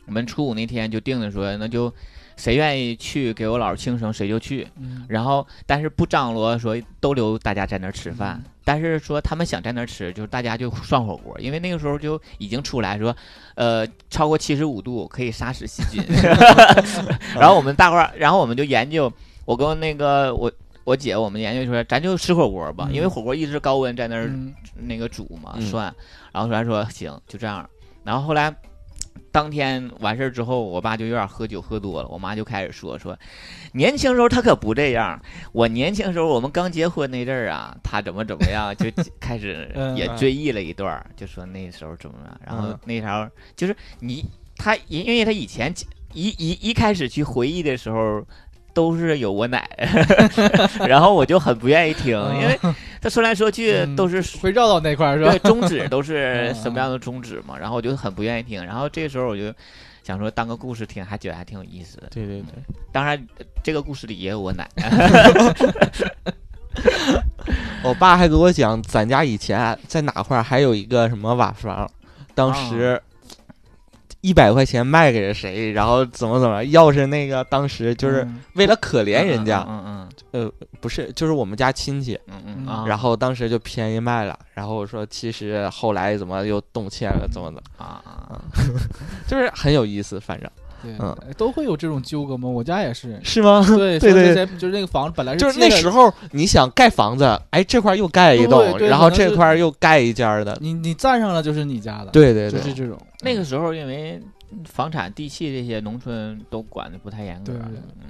Speaker 6: 我们初五那天就定的说，那就谁愿意去给我老师庆生谁就去，
Speaker 7: 嗯
Speaker 6: 然后但是不张罗说都留大家在那儿吃饭，但是说他们想在那儿吃，就是大家就涮火锅，因为那个时候就已经出来说，呃，超过七十五度可以杀死细菌， 然后我们大伙儿，然后我们就研究，我跟那个我。我姐，我们研究说，咱就吃火锅吧，
Speaker 7: 嗯
Speaker 6: 因为火锅一直高温在那儿
Speaker 7: 嗯
Speaker 6: 那个煮嘛
Speaker 5: 嗯
Speaker 6: 涮，然后他说行就这样，然后后来当天完事儿之后，我爸就有点喝酒喝多了，我妈就开始说说，年轻时候他可不这样，我年轻时候我们刚结婚那阵儿啊，他怎么怎么 样，就开始
Speaker 7: 嗯
Speaker 6: 也
Speaker 5: 嗯
Speaker 6: 追忆了一段儿，就说那时候怎么样，然后
Speaker 5: 嗯
Speaker 6: 那时候就是你他因为他以前一一一开始去回忆的时候。都是有我 奶， 然后我就很不愿意听，因为他说来说去
Speaker 7: 嗯
Speaker 6: 都是
Speaker 7: 会绕到那块儿是吧
Speaker 6: 对，？中指都是
Speaker 7: 嗯
Speaker 6: 什么样的中指嘛？然后我就很不愿意听，然后这时候我就想说当个故事听，还觉得还挺有意思的。
Speaker 5: 对对对，
Speaker 6: 当然，呃这个故事里也有我奶，
Speaker 5: 我爸还给我讲，咱家以前在哪块儿还有一个什么瓦房，当时一百块钱卖给了谁，然后怎么怎么，要是那个当时就是
Speaker 7: 嗯
Speaker 5: 为了可怜人家，
Speaker 6: 嗯
Speaker 5: 不是就是我们家亲戚，
Speaker 6: 嗯嗯嗯啊，
Speaker 5: 然后当时就便宜卖了，然后我说其实后来怎么又动迁了，怎么的，
Speaker 6: 啊啊，
Speaker 5: 就是很有意思，反正
Speaker 7: 对
Speaker 5: 嗯，，
Speaker 7: 哎都会有这种纠葛吗？我家也是
Speaker 5: 是吗？
Speaker 7: 对
Speaker 5: 对
Speaker 7: 说
Speaker 5: 对
Speaker 7: 这些就是那个房子本来
Speaker 5: 就是
Speaker 7: 借
Speaker 5: 那
Speaker 7: 的
Speaker 5: 时候你想盖房子，哎，这块儿又盖一
Speaker 7: 哦对
Speaker 5: 栋，
Speaker 7: 对
Speaker 5: 然后
Speaker 7: 可能
Speaker 5: 这
Speaker 7: 是
Speaker 5: 块儿又盖一家儿的，
Speaker 7: 你你站上了就是你家的，，
Speaker 5: 对对
Speaker 7: 就
Speaker 5: 对，
Speaker 7: 是这种。
Speaker 6: 那个时候因为房产、地契这些，农村都管的不太严格。
Speaker 7: 对对对
Speaker 6: 嗯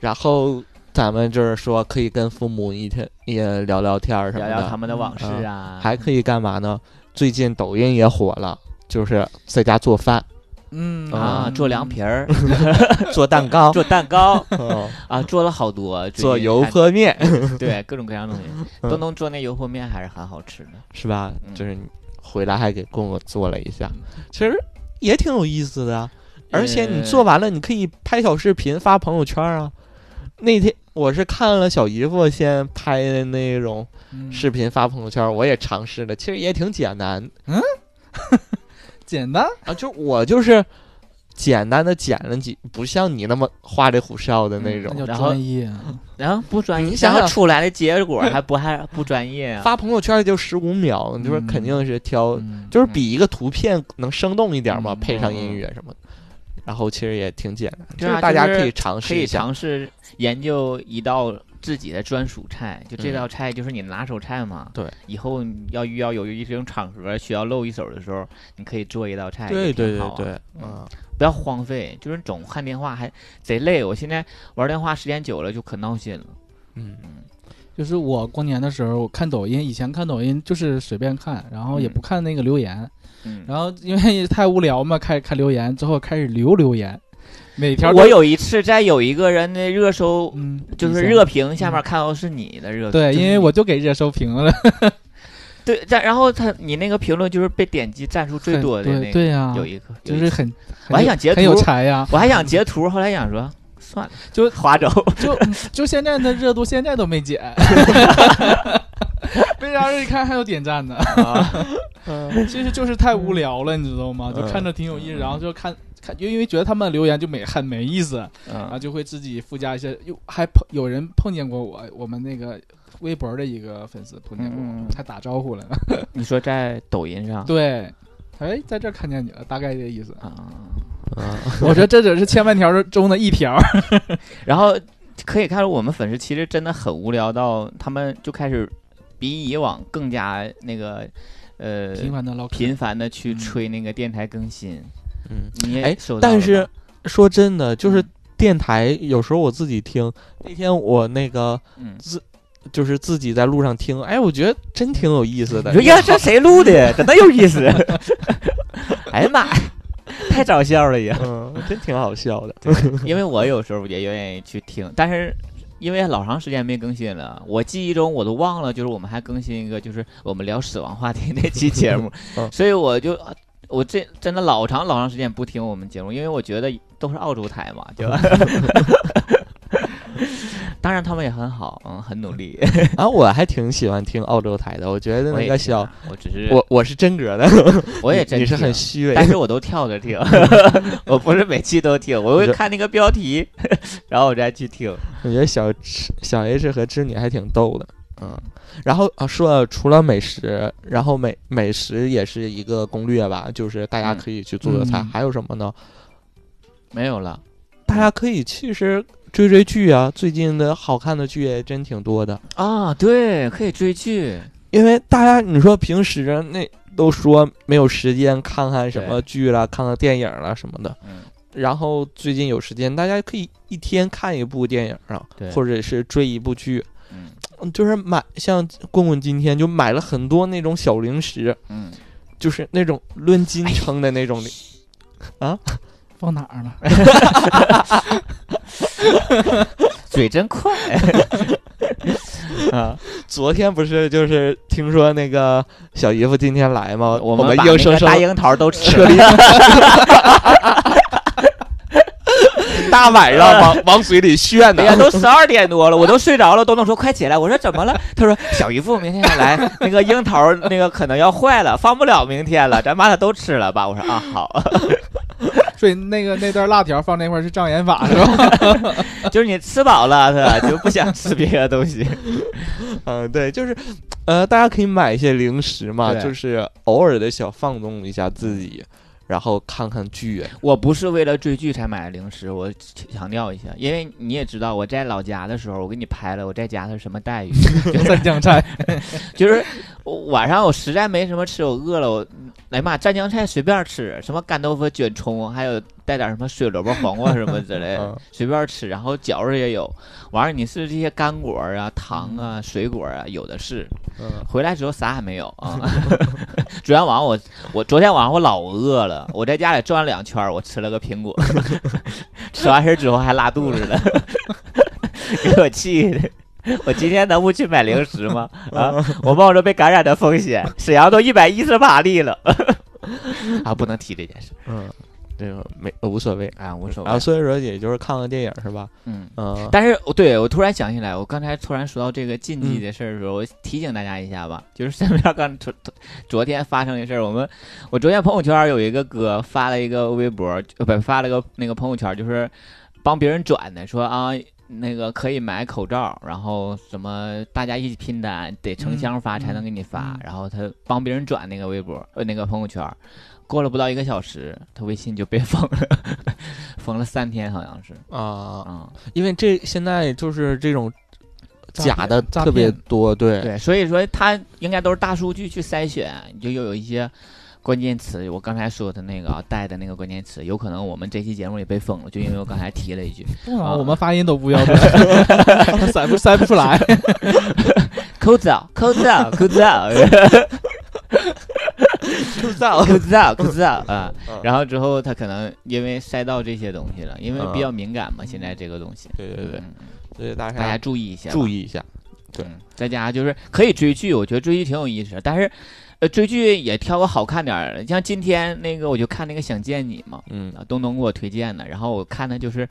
Speaker 5: 然后咱们就是说可以跟父母一天也聊聊天儿什么
Speaker 6: 聊
Speaker 5: 的，
Speaker 6: 聊他们的往事啊，
Speaker 5: 还可以干嘛呢？最近抖音也火了，就是在家做 饭、
Speaker 7: 嗯
Speaker 6: 啊，做凉皮儿，
Speaker 5: 做蛋糕、
Speaker 6: 做蛋糕
Speaker 5: 嗯
Speaker 6: 啊，做了好多，最
Speaker 5: 做
Speaker 6: 近
Speaker 5: 油
Speaker 6: 看，
Speaker 5: 泼面，
Speaker 6: 对各种各样的东西，
Speaker 5: 嗯
Speaker 6: 都能做那油泼面，还是很好吃的。
Speaker 5: 是吧？
Speaker 6: 嗯
Speaker 5: 就是你回来还给公公做了一下
Speaker 7: 嗯，
Speaker 5: 其实也挺有意思的啊。而且你做完了，你可以拍小视频发朋友圈啊。那天我是看了小姨夫先拍的那种
Speaker 7: 嗯
Speaker 5: 视频发朋友圈，我也尝试了，其实也挺简单
Speaker 7: 简单，
Speaker 5: 啊，就我就是简单的剪了几，不像你那么花里胡哨的那
Speaker 6: 嗯
Speaker 5: 种。
Speaker 7: 那叫
Speaker 6: 然后
Speaker 7: 专业啊。
Speaker 6: 然后不专业，
Speaker 5: 你想想
Speaker 6: 然后出来的结 果还不还不专业啊？
Speaker 5: 发朋友圈也就十五秒，你就是
Speaker 7: 嗯
Speaker 5: 肯定是挑，
Speaker 7: 嗯
Speaker 5: 就是比一个图片能生动一点嘛，
Speaker 7: 嗯
Speaker 5: 配上音乐什么的。然后其实也挺简单，
Speaker 6: 对啊
Speaker 5: 是大家
Speaker 6: 就是
Speaker 5: 可以尝
Speaker 6: 可
Speaker 5: 试
Speaker 6: 以
Speaker 5: 一下。
Speaker 6: 尝试研究一道自己的专属菜，就这
Speaker 5: 嗯
Speaker 6: 道菜就是你拿手菜嘛。
Speaker 5: 对，
Speaker 6: 以后你要遇到有一种场合需要露一手的时候，你可以做一道菜。
Speaker 5: 对
Speaker 6: 也挺
Speaker 5: 对对
Speaker 6: 好啊
Speaker 5: 对，
Speaker 6: 嗯
Speaker 5: 嗯，
Speaker 6: 不要荒废，就是总看电话还贼累。我现在玩电话时间久了就可闹心了。
Speaker 5: 嗯，
Speaker 7: 就是我过年的时候，我看抖音，以前看抖音就是随便看，然后也
Speaker 6: 嗯
Speaker 7: 不看那个留言，
Speaker 6: 嗯，
Speaker 7: 然后因为太无聊嘛，开始看留言，之后开始留留言，每条都
Speaker 6: 我有一次在有一个人的热搜。
Speaker 7: 嗯，
Speaker 6: 就是
Speaker 7: 底下
Speaker 6: 热评
Speaker 5: 嗯
Speaker 6: 下面看到是你的热搜，
Speaker 7: 对，
Speaker 6: 就是
Speaker 7: 因为
Speaker 6: 你
Speaker 7: 我就给热搜评了，
Speaker 6: 对，但然后他你那个评论就是被点击赞数最多的那
Speaker 7: 对
Speaker 6: 个，
Speaker 7: 对呀，
Speaker 6: 有一个，有
Speaker 7: 就
Speaker 6: 一
Speaker 7: 是
Speaker 6: 个
Speaker 7: 很，
Speaker 6: 我还
Speaker 7: 很有
Speaker 6: 想截
Speaker 7: 很有
Speaker 6: 图
Speaker 7: 才 呀，
Speaker 6: 我还想截图，后来想说算了，
Speaker 7: 就
Speaker 6: 划走。
Speaker 7: 就嗯就现在的热度现在都没减， 为啥一看还有点赞呢？
Speaker 5: 嗯
Speaker 7: 其实就是太无聊了，你知道吗？就看着挺有意思，然后就看看，因为觉得他们留言就没很没意思，然后
Speaker 6: 嗯
Speaker 7: 就会自己附加一些。又还碰有人碰见过我，我们那个微博的一个粉丝碰见过
Speaker 6: 嗯嗯
Speaker 7: 我
Speaker 6: 嗯，
Speaker 7: 还打招呼了。
Speaker 6: 你说在抖音 上，。
Speaker 7: 对，哎，在这儿看见你了，大概这意 思
Speaker 6: 啊，
Speaker 7: 我说这只是千万条中的一条。
Speaker 6: 然后可以看出我们粉丝其实真的很无聊，到他们就开始比以往更加那个呃
Speaker 7: 频繁的唠嗑，
Speaker 6: 频繁的去催那个电台更新。
Speaker 5: 嗯，
Speaker 6: 你也
Speaker 5: 哎
Speaker 6: 收到了
Speaker 5: 但
Speaker 6: 吗
Speaker 5: 是 说真的，就是电台有时候我自己听，那天我那个
Speaker 6: 嗯，
Speaker 5: 就是自己在路上听，哎，我觉得真挺有意思的
Speaker 6: 你。说呀，这谁录的？怎么有意思？哎呀妈呀，太搞笑了呀！
Speaker 5: 嗯， 真挺好笑的。，
Speaker 6: 因为我有时候也愿意去听，但是因为老长时间没更新了，我记忆中我都忘了，就是我们还更新一个，就是我们聊死亡话题那期节目
Speaker 5: 嗯
Speaker 6: 所以我就我这真的老长老长时间不 听我们节目，因为我觉得都是澳洲台嘛，对吧？当然他们也很好，嗯，很努 力。
Speaker 5: 啊，我还挺喜欢听澳洲台的，我觉得
Speaker 6: 我
Speaker 5: 那
Speaker 6: 也
Speaker 5: 个
Speaker 6: 听
Speaker 5: 小
Speaker 6: 啊，我只是
Speaker 5: 我我是真格的，
Speaker 6: 我也
Speaker 5: 你
Speaker 6: 真
Speaker 5: 你是
Speaker 6: 听
Speaker 5: 很虚伪，
Speaker 6: 但是我都跳 着听， 我不是每期都听，我
Speaker 5: 你
Speaker 6: 会
Speaker 5: 这
Speaker 6: 看那个标题， 然后我再去听。
Speaker 5: 我觉得小吃小 H 和织女还挺逗的，嗯。然后啊，说了除了美食，然后美美食也是一个攻略吧，就是大家
Speaker 6: 嗯
Speaker 5: 可以去做做菜。
Speaker 7: 嗯
Speaker 5: 还有什么呢？
Speaker 6: 没有了，
Speaker 5: 大家可以其实追追剧啊，最近的好看的剧也真挺多的。
Speaker 6: 啊，对，可以追剧，
Speaker 5: 因为大家你说平时那都说没有时间看看什么剧啦，看看电影啦什么的。
Speaker 6: 嗯
Speaker 5: 然后最近有时间，大家可以一天看一部电影啊
Speaker 6: 对，
Speaker 5: 或者是追一部剧。
Speaker 6: 嗯
Speaker 5: 嗯就是买像棍棍今天就买了很多那种小零食，
Speaker 6: 嗯，
Speaker 5: 就是那种论斤称的那种零。
Speaker 7: 放哪儿了？
Speaker 6: 嘴真快啊！
Speaker 5: 昨天不是就是听说那个小姨夫今天来吗？我
Speaker 6: 们把那
Speaker 5: 硬
Speaker 6: 个
Speaker 5: 生生
Speaker 6: 大樱桃都吃
Speaker 5: 撤
Speaker 6: 了，
Speaker 5: 离，大晚上往往嘴里炫
Speaker 6: 哎呀，
Speaker 5: 的。
Speaker 6: 都十二点多了，我都睡着了。东东说快起来，我说怎么了？他说小姨夫明天要来，那个樱桃那个可能要坏了，放不了明天了，咱把它都吃了吧。我说啊好。
Speaker 7: 所以那个那段辣条放那块儿是障眼法是 吧？
Speaker 6: 就是你吃饱了是吧？就不想吃别的东西。
Speaker 5: 嗯，对，就是，呃，大家可以买一些零食嘛，
Speaker 6: 对
Speaker 5: 就是偶尔的小放纵一下自己，然后看看剧。哎
Speaker 6: 我不是为了追剧才买的零食，我强调一下，因为你也知道我在老家的时候，我给你拍了我在家是什么待遇，
Speaker 7: 蘸酱 菜，
Speaker 6: 就是我晚上我实在没什么吃，我饿了，我哎呀妈，蘸酱菜随便吃，什么干豆腐、卷葱，还有带点什么水萝卜、黄瓜什么之类的，
Speaker 5: 嗯
Speaker 6: 随便吃，然后饺子也有，完了你是这些干果啊、糖啊、水果啊，有的是。
Speaker 5: 嗯，
Speaker 6: 回来之后啥也没有啊。 昨天晚上我我昨天晚上我老饿了，我在家里转了两圈儿，我吃了个苹果， 吃完事儿之后还拉肚子了， 给我气的。我今天能不去买零食吗？啊，我冒着被感染的风险，沈阳都一百一十八例了。 啊，不能提这件事
Speaker 5: 嗯，这个没无所谓。
Speaker 6: 啊，无所谓
Speaker 5: 然后。所以说，也就是看看电影是吧？
Speaker 6: 嗯，
Speaker 5: 嗯，
Speaker 6: 但是我对我突然想起来，我刚才突然说到这个禁忌的事儿的时候，我提醒大家一下吧，
Speaker 7: 嗯
Speaker 6: 就是身边刚昨 昨昨天发生的事儿，我们我昨天朋友圈有一个哥发了一个微博，呃不发了个那个朋友圈，就是帮别人转的，说啊。那个可以买口罩，然后什么大家一起拼单，得成箱发才能给你发。
Speaker 7: 嗯嗯
Speaker 6: 然后他帮别人转那个微博，呃，那个朋友圈，过了不到一个小时，他微信就被封了， 封了三天好像是
Speaker 5: 啊、
Speaker 6: 啊。嗯
Speaker 5: 因为这现在就是这种
Speaker 7: 诈
Speaker 5: 假
Speaker 7: 骗
Speaker 5: 的
Speaker 7: 诈
Speaker 5: 特别
Speaker 7: 骗
Speaker 5: 多，对，
Speaker 6: 对，所以说它应该都是大数据去筛选，就又有一些关键词，我刚才说的那个啊带的那个关键词，有可能我们这期节目也被封了，就因为我刚才提了一句啊
Speaker 7: 我们发音都不 标准，塞不塞不出 来。
Speaker 6: 口罩，口罩，口 罩，
Speaker 5: 就在
Speaker 6: 口罩，口罩啊。
Speaker 5: 嗯
Speaker 6: 然后之后他可能因为筛到这些东西了，因为比较
Speaker 5: 嗯
Speaker 6: 敏感嘛，现在这个东西，
Speaker 5: 对对对，
Speaker 6: 嗯
Speaker 5: 所以大
Speaker 6: 大家
Speaker 5: 家
Speaker 6: 注意一下吧，
Speaker 5: 注意一下。对
Speaker 6: 嗯，在家就是可以追剧，我觉得追剧挺有意思的，但是，呃，追剧也挑个好看点儿的。像今天那个，我就看那个《想见你》嘛，
Speaker 5: 嗯，
Speaker 6: 啊东东给我推荐的，然后我看的就是，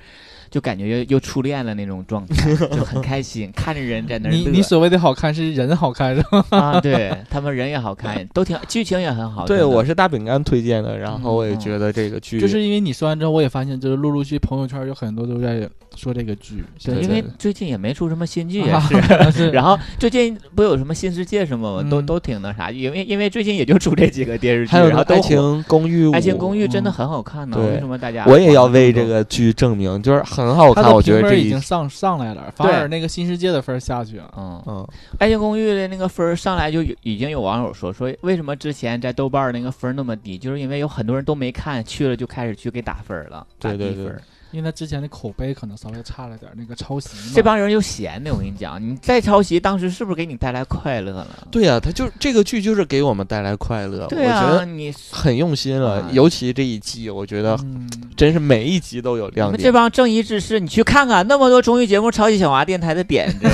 Speaker 6: 就感觉又又初恋了那种状 态，就很开心，看着人在那儿
Speaker 7: 你
Speaker 6: 乐
Speaker 7: 你所谓的好看是人好看是吧？
Speaker 6: 啊，对他们人也好看，都挺剧情也很好。
Speaker 5: 对，
Speaker 6: 真的
Speaker 5: 我是大饼干推荐的，然后我也
Speaker 6: 嗯
Speaker 5: 觉得这个剧
Speaker 7: 就是因为你说完之后，我也发现就是陆陆续续朋友圈有很多都在说这个剧，
Speaker 6: 对，
Speaker 5: 对
Speaker 6: 因为
Speaker 5: 对
Speaker 6: 最近也没出什么新剧，
Speaker 7: 啊
Speaker 6: 是。
Speaker 7: 是
Speaker 6: 然后最近不有什么新世界什么吗？都
Speaker 7: 嗯
Speaker 6: 都挺那啥，因为因为最近也就出这几个电视剧，
Speaker 5: 还有
Speaker 6: 然
Speaker 5: 那
Speaker 6: 后
Speaker 5: 个
Speaker 6: 都
Speaker 5: 《爱
Speaker 6: 火
Speaker 5: 情公寓五》，啊
Speaker 6: 《爱情公寓》真
Speaker 7: 嗯
Speaker 6: 的很好看呢，
Speaker 5: 对
Speaker 6: 为什么大家？
Speaker 5: 我也要为这。个剧证明，就是很好
Speaker 7: 他
Speaker 5: 看，
Speaker 7: 的
Speaker 5: 我觉得
Speaker 7: 评
Speaker 5: 这
Speaker 7: 分已
Speaker 5: 一
Speaker 7: 经。上上来了，反
Speaker 6: 对
Speaker 7: 而那个新世界的分儿下去了。
Speaker 6: 嗯，《
Speaker 5: 嗯，
Speaker 6: 爱情公寓》的那个分儿上来就有已经有网友说说，为什么之前在豆瓣儿那个分儿那么低？就是因为有很多人都没看，去了就开始去给打分儿了，打
Speaker 5: 对对
Speaker 6: 低
Speaker 5: 对
Speaker 6: 分儿。
Speaker 7: 因为他之前的口碑可能稍微差了点儿，那个抄袭嘛。
Speaker 6: 这帮人又闲的，我跟你讲，你再抄袭，当时是不是给你带来快乐了？
Speaker 5: 对呀、他就这个剧就是给我们带来快乐，
Speaker 6: 对
Speaker 5: 我觉
Speaker 6: 啊，
Speaker 5: 得
Speaker 6: 你
Speaker 5: 很用心了，
Speaker 6: 啊
Speaker 5: 尤其这一季，我觉得
Speaker 7: 嗯，
Speaker 5: 真是每一集都有
Speaker 6: 你
Speaker 5: 亮
Speaker 6: 们这
Speaker 5: 点。
Speaker 6: 帮正义之士，你去看看那么多综艺节目抄袭小华电台的 点子，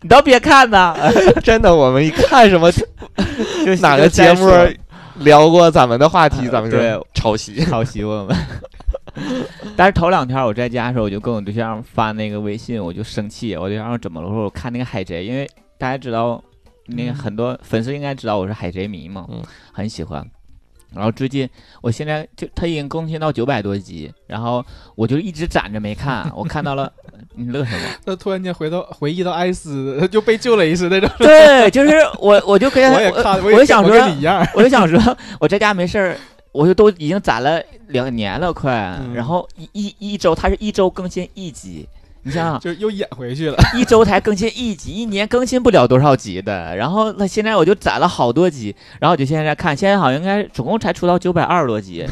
Speaker 6: 你倒别看呐，
Speaker 5: 真的，我们一看 什么
Speaker 6: 就
Speaker 5: 哪个
Speaker 6: 就再
Speaker 5: 节目
Speaker 6: 说
Speaker 5: 呃聊过咱们的话题，咱们就
Speaker 6: 对
Speaker 5: 抄袭。
Speaker 6: 抄袭我们。但是头两天我在家的时候，我就跟我对象发那个微信，我就生气，我对象说怎么了？我说我看那个海贼，因为大家知道，那个
Speaker 5: 嗯
Speaker 6: 很多粉丝应该知道我是海贼迷嘛，
Speaker 5: 嗯
Speaker 6: 很喜欢。然后最近，我现在就他已经更新到九百多集，然后我就一直攒着没看，我看到了， 你乐什么？
Speaker 7: 他突然间回到回忆到艾斯， 就被救了一次那种。
Speaker 6: 对，就是我，我就跟
Speaker 7: 我也看，
Speaker 6: 哎我
Speaker 7: 也
Speaker 6: 就想
Speaker 7: 我
Speaker 6: 说，
Speaker 7: 跟你一样，
Speaker 6: 我就想说，我在家没事儿，我就都已经攒了两年了，快。
Speaker 7: 嗯，
Speaker 6: 然后一一一周，它是一周更新一集，你想想
Speaker 7: 就又演回去了。
Speaker 6: 一周才更新一集，一年更新不了多少集的。然后那现在我就攒了好多集，然后我就现在在看，现在好像应该总共才出到九百二十多集，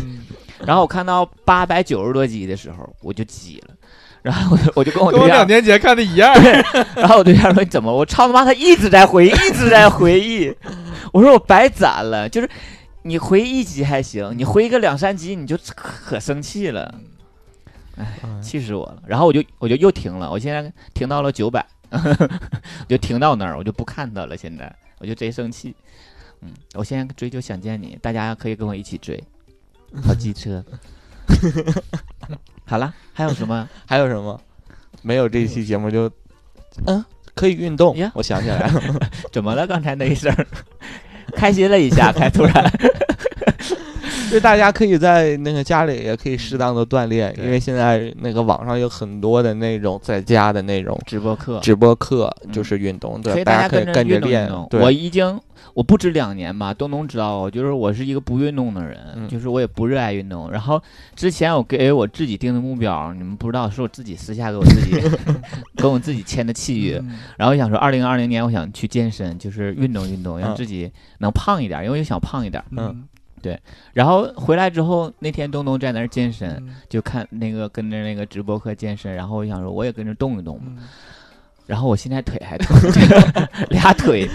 Speaker 6: 然后我看到八百九十多集的时候，我就急了，然后我就我就跟 我
Speaker 7: 跟我
Speaker 6: 对
Speaker 7: 两
Speaker 6: 象，
Speaker 7: 年前看的一样。
Speaker 6: 然后我对象说你怎么？我操他妈，他一直在回忆，一直在回忆。我说我白攒了，就是你回一集还行，你回一个两三集你就可生气了，
Speaker 5: 嗯
Speaker 6: 气死我了。然后我就我就又停了，我现在停到了九百， 我就停到那儿，我就不看它了。现在我就贼生气。嗯，我现在追就想见你，大家可以跟我一起追，好机车。 好了，还有什么？
Speaker 5: 还有什么？没有这一期节目就，嗯，可以运动
Speaker 6: 呀。
Speaker 5: 我想起来 了，
Speaker 6: 怎么了？刚才那一声儿， 开心了一下，才突然。
Speaker 5: 就大家可以在那个家里也可以适当的锻炼，因为现在那个网上有很多的那种在家的那种
Speaker 6: 直播课，
Speaker 5: 直播课，
Speaker 6: 嗯
Speaker 5: 就是运动，
Speaker 6: 所
Speaker 5: 对，
Speaker 6: 以大
Speaker 5: 家可以
Speaker 6: 跟着
Speaker 5: 跟着
Speaker 6: 运动运
Speaker 5: 练
Speaker 6: 动。。我
Speaker 5: 对，
Speaker 6: 已经我不止两年吧，东东知道我，就是我是一个不运动的人，
Speaker 5: 嗯
Speaker 6: 就是我也不热爱运动。然后之前我给我自己定的目标，你们不知道，是我自己私下给我 自己跟我自己签的契
Speaker 5: 嗯
Speaker 6: 约。
Speaker 7: 嗯
Speaker 6: 然后我想说，二零二零年我想去健身，就是运动运动，让
Speaker 5: 嗯
Speaker 6: 自己能胖一点，因为我想胖一点。
Speaker 5: 嗯
Speaker 6: 然后回来之后，那天东东在那儿健身，
Speaker 7: 嗯
Speaker 6: 就看那个跟着那个直播课健身，然后我想说我也跟着动一动吧。
Speaker 7: 嗯，
Speaker 6: 然后我现在腿还疼， 俩腿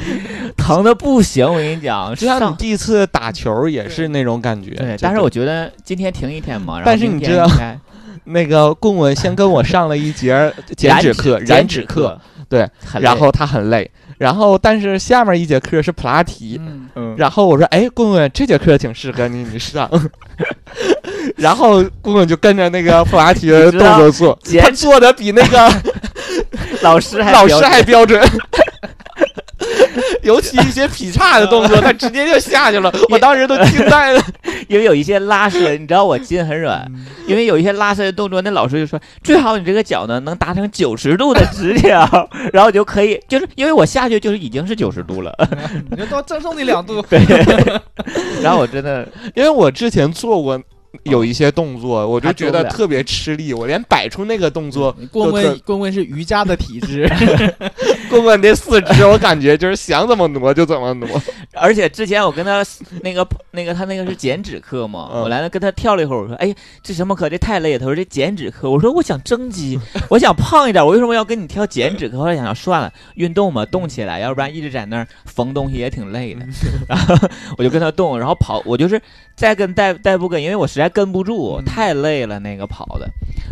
Speaker 6: 疼的不行。我跟你讲，
Speaker 5: 就像你
Speaker 6: 上
Speaker 5: 第一次打球也是那种感觉。
Speaker 6: 对，
Speaker 5: 就
Speaker 6: 但是我觉得今天停一天嘛，然后
Speaker 5: 但是
Speaker 6: 明
Speaker 5: 你
Speaker 6: 天
Speaker 5: 知道
Speaker 6: 应该
Speaker 5: 那个棍棍先跟我上了一节 儿减脂课，燃
Speaker 6: 燃
Speaker 5: 脂
Speaker 6: 脂
Speaker 5: 课，，对
Speaker 6: 很累，
Speaker 5: 然后他很累，然后但是下面一节课是普拉提，
Speaker 7: 嗯
Speaker 6: 嗯，
Speaker 5: 然后我说，哎，棍棍这节课挺适合你，你上。 然后棍棍就跟着那个普拉提的动作做，
Speaker 6: 你知道
Speaker 5: 他做的比那个
Speaker 6: 老师还
Speaker 5: 老师
Speaker 6: 标准
Speaker 5: 还标准。 尤其一些劈叉的动
Speaker 6: 嗯
Speaker 5: 作，他直接就下 去了，我当时都惊呆了。
Speaker 6: 因为有一些拉伸，你知道我筋很
Speaker 5: 嗯
Speaker 6: 软，
Speaker 7: 嗯
Speaker 6: 因为有一些拉伸的动作，那老师就说最好你这个脚呢能达成九十度的直角， 然后你就可以，就是因为我下去就是已经是九十度了，
Speaker 7: 你就多赠送你两度。
Speaker 6: 对，然后我真的
Speaker 5: 因为我之前做过有一些动作，我就
Speaker 6: 他做
Speaker 5: 觉
Speaker 6: 不
Speaker 5: 得
Speaker 6: 了
Speaker 5: 特别吃力，我连摆出那个动作，
Speaker 7: 棍
Speaker 5: 都
Speaker 7: 棍
Speaker 5: 特
Speaker 7: 棍棍是瑜伽的体质，
Speaker 6: 嗯
Speaker 5: 棍棍这四肢，我感觉就是想怎么挪就怎么挪。
Speaker 6: 而且之前我跟他那个那个他那个是减脂课嘛，
Speaker 5: 嗯
Speaker 6: 我来了跟他跳了一会儿，我说哎这什么课？这太累了。他说这减脂课，我说我想增肌，我想胖一点，我为什么要跟你跳减脂课？后来想想算了，运动嘛，动起来，要不然一直在那儿缝东西也挺累的。 然后我就跟他动，然后跑，我就是再跟带带不跟，因为我实在跟不住，
Speaker 7: 嗯
Speaker 6: 太累了那个跑的。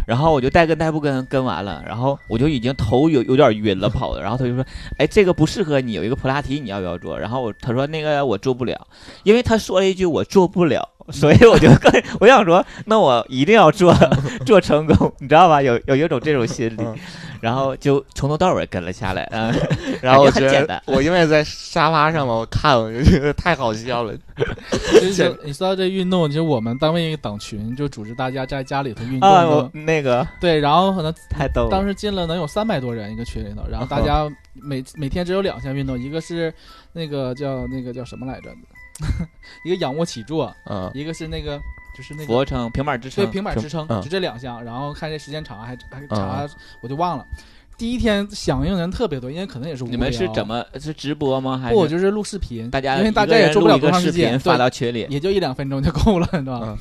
Speaker 6: 然后我就带跟带不跟跟完了，然后我就已经头有有点晕了跑的，然后他就说哎，这个不适合你，有一个普拉提，你要不要做？然后我他说那个我做不了，因为他说了一句我做不了， 所以我就更我想说，那我一定要做做成功，你知道吧？有有一种这种心理
Speaker 5: 嗯，
Speaker 6: 然后就从头到尾跟了下来，嗯，
Speaker 5: 然后我
Speaker 6: 感
Speaker 5: 觉
Speaker 6: 觉很简
Speaker 5: 得
Speaker 6: 单，
Speaker 5: 我因为在沙发上嘛，我看我就觉得太好笑了。
Speaker 7: 就是说你说到这运动，就是我们单位一个党群就组织大家在家里头运动
Speaker 6: 啊，
Speaker 7: 的
Speaker 6: 我，哦那个
Speaker 7: 对，然后可能
Speaker 6: 太逗
Speaker 7: 当
Speaker 6: 了，
Speaker 7: 时进了能有三百多人一个群里头，然后
Speaker 6: 啊
Speaker 7: 大家每每天只有两项运动，一个是那个叫那个叫什么来着， 一个仰卧起坐，
Speaker 5: 嗯，
Speaker 7: 一个是那个就是那
Speaker 6: 俯
Speaker 7: 个
Speaker 6: 卧撑、平板支
Speaker 7: 对
Speaker 6: 撑，嗯
Speaker 7: 平板支撑
Speaker 5: 嗯，
Speaker 7: 就这两项，然后看这时间长还还查我就忘了。第一天响应人特别多，因为可能也是无
Speaker 6: 你们是
Speaker 7: 聊
Speaker 6: 怎么是直播吗？还
Speaker 7: 不我
Speaker 6: 是
Speaker 7: 就是录视频，
Speaker 6: 大家
Speaker 7: 因为大
Speaker 6: 一个
Speaker 7: 家也
Speaker 6: 人
Speaker 7: 做不
Speaker 6: 录
Speaker 7: 了
Speaker 6: 一个
Speaker 7: 多长
Speaker 6: 视
Speaker 7: 时间
Speaker 6: 频，发
Speaker 7: 对
Speaker 6: 到群里？
Speaker 7: 也就一两分钟就够了，你知道吧？
Speaker 5: 嗯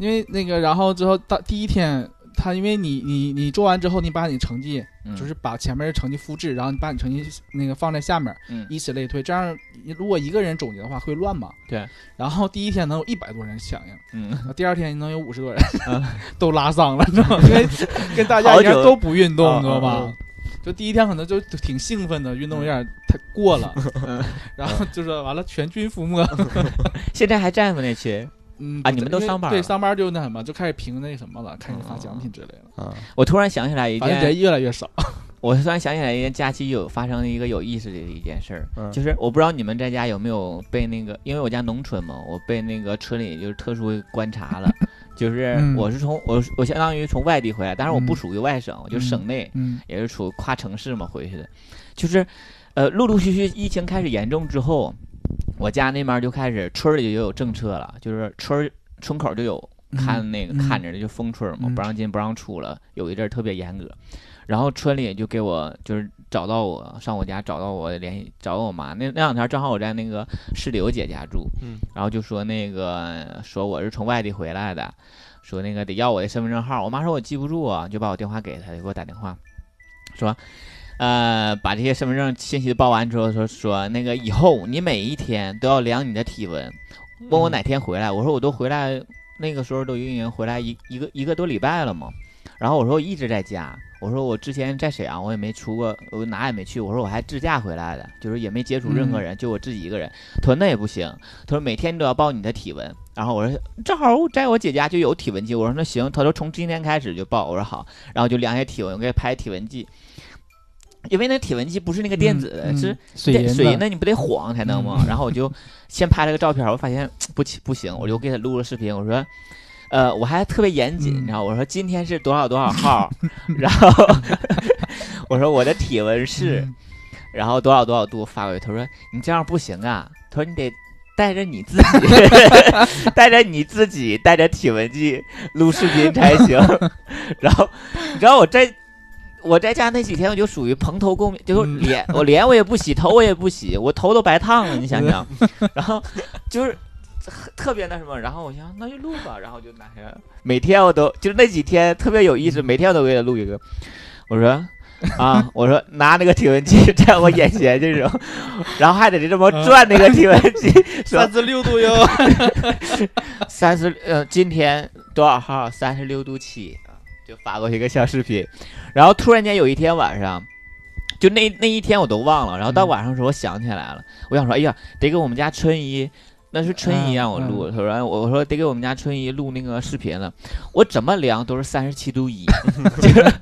Speaker 7: 因为那个，然后之后到第一天，他因为你你你做完之后，你把你成绩、
Speaker 6: 嗯
Speaker 7: 就是把前面的成绩复制，然后你把你成绩那个放在下面，
Speaker 6: 嗯
Speaker 7: 以此类推。这样如果一个人总结的话会乱嘛？
Speaker 6: 对。
Speaker 7: 然后第一天能有一百多人响应，
Speaker 6: 嗯，
Speaker 7: 然后第二天能有五十多人、 都拉伤了，你 知道吗？因为跟大家一样
Speaker 6: 好久
Speaker 7: 都不运动，
Speaker 6: 嗯
Speaker 7: 你知道吧？
Speaker 6: 嗯
Speaker 7: 就第一天可能就就挺兴奋的，运动有点太
Speaker 6: 嗯
Speaker 7: 过了，然后就是完了全军覆没。
Speaker 6: 现在还在吗？那群
Speaker 7: 嗯
Speaker 6: 啊
Speaker 7: 不
Speaker 6: 你们都
Speaker 7: 因为
Speaker 6: 上班
Speaker 7: 对
Speaker 6: 了
Speaker 7: 上班就那什么，就开始评那什么了，开始发奖品之类
Speaker 6: 哦
Speaker 7: 的，
Speaker 5: 啊，
Speaker 6: 我突然想起来一
Speaker 7: 反正
Speaker 6: 件
Speaker 7: 人，越来越少。
Speaker 6: 我突然想起来一件假期有发生的一个有意思的一件事儿，
Speaker 5: 嗯
Speaker 6: 就是我不知道你们在家有没有被那个，因为我家农村嘛，我被那个村里就是特殊观察了， 就是
Speaker 7: 嗯
Speaker 6: 我是从我我相当于从外地回来，但是我不
Speaker 7: 嗯
Speaker 6: 属于外省，我就省内，
Speaker 7: 嗯
Speaker 6: 也是处跨城市嘛回去的，就是，呃，陆陆续续疫情开始严重之后，我家那边就开始村儿里就有政策了，就是村儿村口就有看那个、
Speaker 7: 嗯嗯
Speaker 6: 看着的就封村儿嘛，
Speaker 7: 嗯
Speaker 6: 不让进不让出了，有一阵儿特别严格。然后村里就给我就是找到我上我家找到我联系找到我妈那那两天正好我在那个石榴姐家住，
Speaker 5: 嗯
Speaker 6: 然后就说那个说我是从外地回来的，说那个得要我的身份证号，我妈说我记不住啊，就把我电话给她，就给我打电话，说，呃，把这些身份证信息报完之后说说那个以后你每一天都要量你的体温，问我哪天回来，我说我都回来那个时候都已经回来一一个一个多礼拜了嘛，然后我说我一直在家，我说我之前在沈阳我也没出过，我哪也没去，我说我还自驾回来的，就是也没接触任何人，就我自己一个人。他说那也不行，他说每天都要报你的体温。然后我说正好在我姐家就有体温计，我说那行，他说从今天开始就报，我说好，然后就量一下体温，我给他拍体温计。因为那体温计不是那个电子的，
Speaker 7: 嗯
Speaker 6: 是
Speaker 7: 水
Speaker 6: 电
Speaker 7: 银
Speaker 6: 水银
Speaker 7: 的，
Speaker 6: 的你不得晃才能吗？
Speaker 7: 嗯
Speaker 6: 然后我就先拍了个照片，我发现不起不行，我就给他录了视频，我说。呃，我还特别严谨，
Speaker 7: 嗯
Speaker 6: 你知道，我说今天是多少多少号， 然后我说我的体温是，
Speaker 7: 嗯
Speaker 6: 然后多少多少度发过去，他说你这样不行啊，他说你得带着你自己，带着你自己，带着体温计录视频才行。 然后你知道我在我在家那几天，我就属于蓬头垢面，就是
Speaker 7: 嗯
Speaker 6: 脸、我脸我也不洗，头我也不洗，我头都白烫了，你想想，然后就是。特别那什么，然后我想那就录吧，然后我就拿下来了，每天我都就是那几天特别有意
Speaker 7: 嗯
Speaker 6: 思，每天我都给他录一个。我 说啊，我说拿那个体温计在我眼前 这种，然后还得这么转那个体温计， 说
Speaker 7: 嗯十六度哟。
Speaker 6: 三十呃，今天多少号？三十六度七，就发过去一个小视频。然后突然间有一天晚上，就那那一天我都忘了。然
Speaker 7: 嗯
Speaker 6: 后到晚上的时候，我想起来了，我想说，哎呀，得给我们家春姨，那是春姨让我录。她说，我我说得给我们家春姨录那个视频了。我怎么量都是三十七度一，就是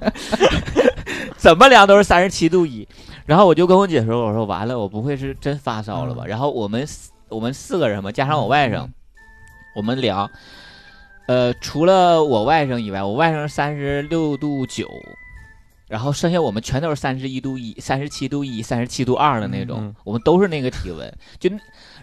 Speaker 6: 怎么量都是三十七度一。然后我就跟我姐说，我说完了，我不会是真发烧了吧？然后我们四我们四个人嘛，加上我外
Speaker 7: 嗯
Speaker 6: 甥。我们聊，呃，除了我外甥以外，我外甥三十六度九，然后剩下我们全都是三十一度一、三十七度一、三十七度二的那种，
Speaker 5: 嗯
Speaker 6: 我们都是那个体温。就，